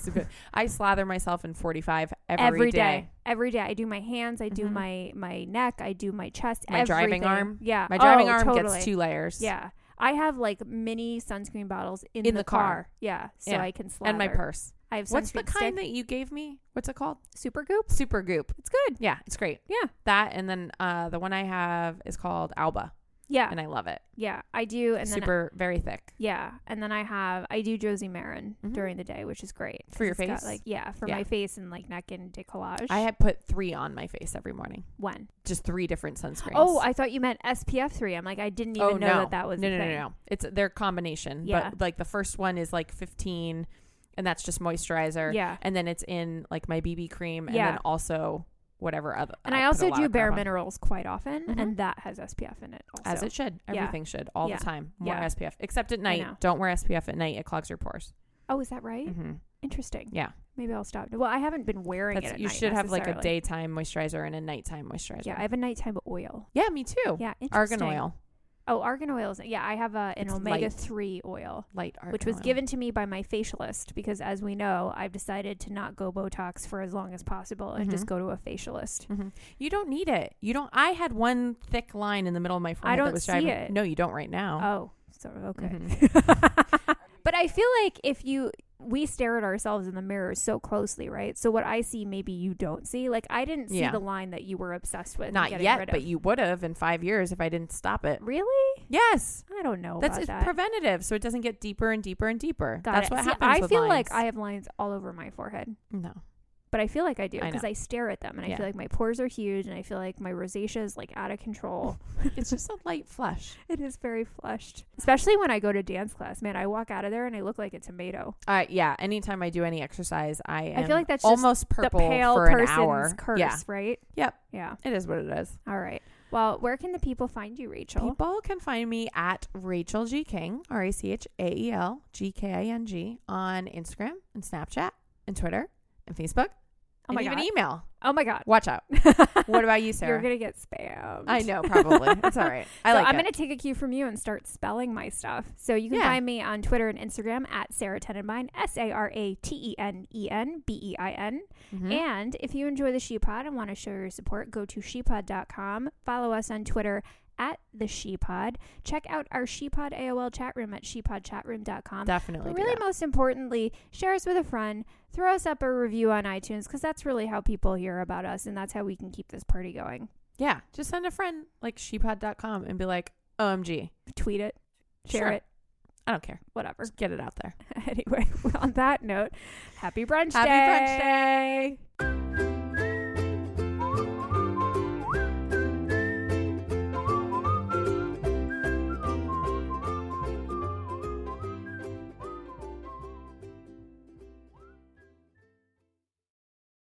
Speaker 2: I slather myself in 45
Speaker 1: every day.
Speaker 2: day.
Speaker 1: Every day, I do my hands, I do
Speaker 2: Mhm.
Speaker 1: my my neck, I do my chest,
Speaker 2: My driving
Speaker 1: everything.
Speaker 2: arm.
Speaker 1: Yeah,
Speaker 2: My driving
Speaker 1: Oh,
Speaker 2: arm
Speaker 1: totally.
Speaker 2: gets two layers.
Speaker 1: Yeah, I have like mini sunscreen bottles in,
Speaker 2: In
Speaker 1: the,
Speaker 2: the
Speaker 1: car.
Speaker 2: car.
Speaker 1: Yeah, so
Speaker 2: Yeah.
Speaker 1: I can slather.
Speaker 2: And my purse.
Speaker 1: I have
Speaker 2: What's the
Speaker 1: sunscreen
Speaker 2: kind
Speaker 1: stick.
Speaker 2: that you gave me? What's it called?
Speaker 1: super goop?
Speaker 2: Super Goop.
Speaker 1: It's good.
Speaker 2: Yeah, it's great.
Speaker 1: Yeah,
Speaker 2: That and then uh, the one I have is called Alba,
Speaker 1: yeah,
Speaker 2: and I love it.
Speaker 1: yeah. I do, and then
Speaker 2: Super, very thick.
Speaker 1: yeah, and then I have I do Josie Marin
Speaker 2: Mhm.
Speaker 1: during the day, which is great 'cause
Speaker 2: For your
Speaker 1: it's got,
Speaker 2: face?
Speaker 1: like yeah, for
Speaker 2: Yeah.
Speaker 1: my face and like neck and decollage.
Speaker 2: I had put three on my face every morning.
Speaker 1: when.
Speaker 2: Just three different sunscreens.
Speaker 1: Oh, I thought you meant SPF three. I'm like, I didn't even know that that was
Speaker 2: Oh, no
Speaker 1: a
Speaker 2: no
Speaker 1: thing.
Speaker 2: no no it's their combination
Speaker 1: Yeah.
Speaker 2: but like the first one is like 15 and that's just moisturizer
Speaker 1: Yeah.
Speaker 2: and then it's in like my bb cream and
Speaker 1: Yeah.
Speaker 2: then also whatever other
Speaker 1: And
Speaker 2: I
Speaker 1: I
Speaker 2: put a
Speaker 1: also
Speaker 2: lot
Speaker 1: do
Speaker 2: of
Speaker 1: bare
Speaker 2: crap on.
Speaker 1: minerals quite often,
Speaker 2: Mhm.
Speaker 1: and that has SPF in it. Also.
Speaker 2: as it should
Speaker 1: Yeah.
Speaker 2: everything should all
Speaker 1: Yeah.
Speaker 2: the time more
Speaker 1: Yeah.
Speaker 2: spf except at night
Speaker 1: know.
Speaker 2: don't wear spf at night it clogs your pores
Speaker 1: oh, is that right?
Speaker 2: hmm
Speaker 1: Interesting.
Speaker 2: yeah
Speaker 1: Maybe I'll stop. Well, I haven't been wearing
Speaker 2: that's,
Speaker 1: it. At
Speaker 2: you
Speaker 1: night
Speaker 2: should have like a
Speaker 1: necessarily.
Speaker 2: daytime moisturizer and a nighttime moisturizer
Speaker 1: Yeah, I have a nighttime oil.
Speaker 2: Yeah, me too
Speaker 1: Yeah,
Speaker 2: argan
Speaker 1: interesting.
Speaker 2: oil
Speaker 1: Oh, argan oil is yeah. I have a, an
Speaker 2: It's
Speaker 1: omega
Speaker 2: light.
Speaker 1: three oil,
Speaker 2: light argan
Speaker 1: which was
Speaker 2: oil.
Speaker 1: given to me by my facialist because, as we know, I've decided to not go Botox for as long as possible and just
Speaker 2: Mhm.
Speaker 1: go to a facialist.
Speaker 2: Mhm. you don't need it you don't i had one thick line in the middle of my forehead
Speaker 1: don't
Speaker 2: that was
Speaker 1: see
Speaker 2: driving
Speaker 1: it.
Speaker 2: no you don't right now
Speaker 1: Oh, so okay.
Speaker 2: Mhm.
Speaker 1: But I feel like if you we stare at ourselves in the mirror so closely, right? So what I see, maybe you don't see. Like I didn't see
Speaker 2: Yeah.
Speaker 1: the line that you were obsessed with. and
Speaker 2: Not
Speaker 1: getting rid
Speaker 2: yet,
Speaker 1: of.
Speaker 2: but you would have in five years if I didn't stop it. Oh,
Speaker 1: really?
Speaker 2: Yes.
Speaker 1: I don't know about
Speaker 2: That's it's
Speaker 1: that.
Speaker 2: preventative, so it doesn't get deeper and deeper and deeper.
Speaker 1: Got
Speaker 2: That's
Speaker 1: it.
Speaker 2: what
Speaker 1: See,
Speaker 2: happens.
Speaker 1: I
Speaker 2: with
Speaker 1: feel
Speaker 2: lines.
Speaker 1: like I have lines all over my forehead,
Speaker 2: no.
Speaker 1: but I feel like I do
Speaker 2: I
Speaker 1: because I, stare at them and I
Speaker 2: Yeah.
Speaker 1: feel like my pores are huge and I feel like my rosacea is like out of control.
Speaker 2: It's just a light flush.
Speaker 1: it is very flushed, especially when I go to dance class. Man, I walk out of there and I look like a tomato.
Speaker 2: Uh, yeah. Anytime I do any exercise, I am
Speaker 1: feel like that's just
Speaker 2: almost purple
Speaker 1: the pale
Speaker 2: for an
Speaker 1: person's
Speaker 2: hour.
Speaker 1: curse,
Speaker 2: Yeah.
Speaker 1: right?
Speaker 2: Yep.
Speaker 1: Yeah.
Speaker 2: It is what it is.
Speaker 1: All right. Well, where can the people find you, Rachel?
Speaker 2: People can find me at Rachel G King R A C H A E L G K I N G on Instagram and Snapchat and Twitter and Facebook.
Speaker 1: Oh my
Speaker 2: and
Speaker 1: God.
Speaker 2: Even email.
Speaker 1: Oh my god.
Speaker 2: Watch out. What about you, Sarah?
Speaker 1: You're gonna get spammed.
Speaker 2: I know, probably. It's all right. I
Speaker 1: so
Speaker 2: like
Speaker 1: I'm
Speaker 2: it.
Speaker 1: gonna take a cue from you and start spelling my stuff. So you can
Speaker 2: Yeah.
Speaker 1: find me on Twitter and Instagram at Sarah Tenenbein, S A R A T E N E N B E I N.
Speaker 2: Mhm.
Speaker 1: And if you enjoy the SheePod and want to show your support, go to SheePod.com. Follow us on Twitter at the SheePod. Check out our SheePod AOL chat room at SheePodChatroom.com.
Speaker 2: Definitely.
Speaker 1: But
Speaker 2: do
Speaker 1: really,
Speaker 2: that.
Speaker 1: most importantly, share us with a friend. Throw us up a review on iTunes because that's really how people hear about us and that's how we can keep this party going.
Speaker 2: Yeah. Just send a friend like sheepod.com and be like, OMG.
Speaker 1: Tweet it, share
Speaker 2: Sure.
Speaker 1: it,
Speaker 2: I don't care.
Speaker 1: whatever.
Speaker 2: Just get it out there.
Speaker 1: anyway, on that note, happy brunch
Speaker 2: Happy
Speaker 1: day.
Speaker 2: French Day.
Speaker 3: Day.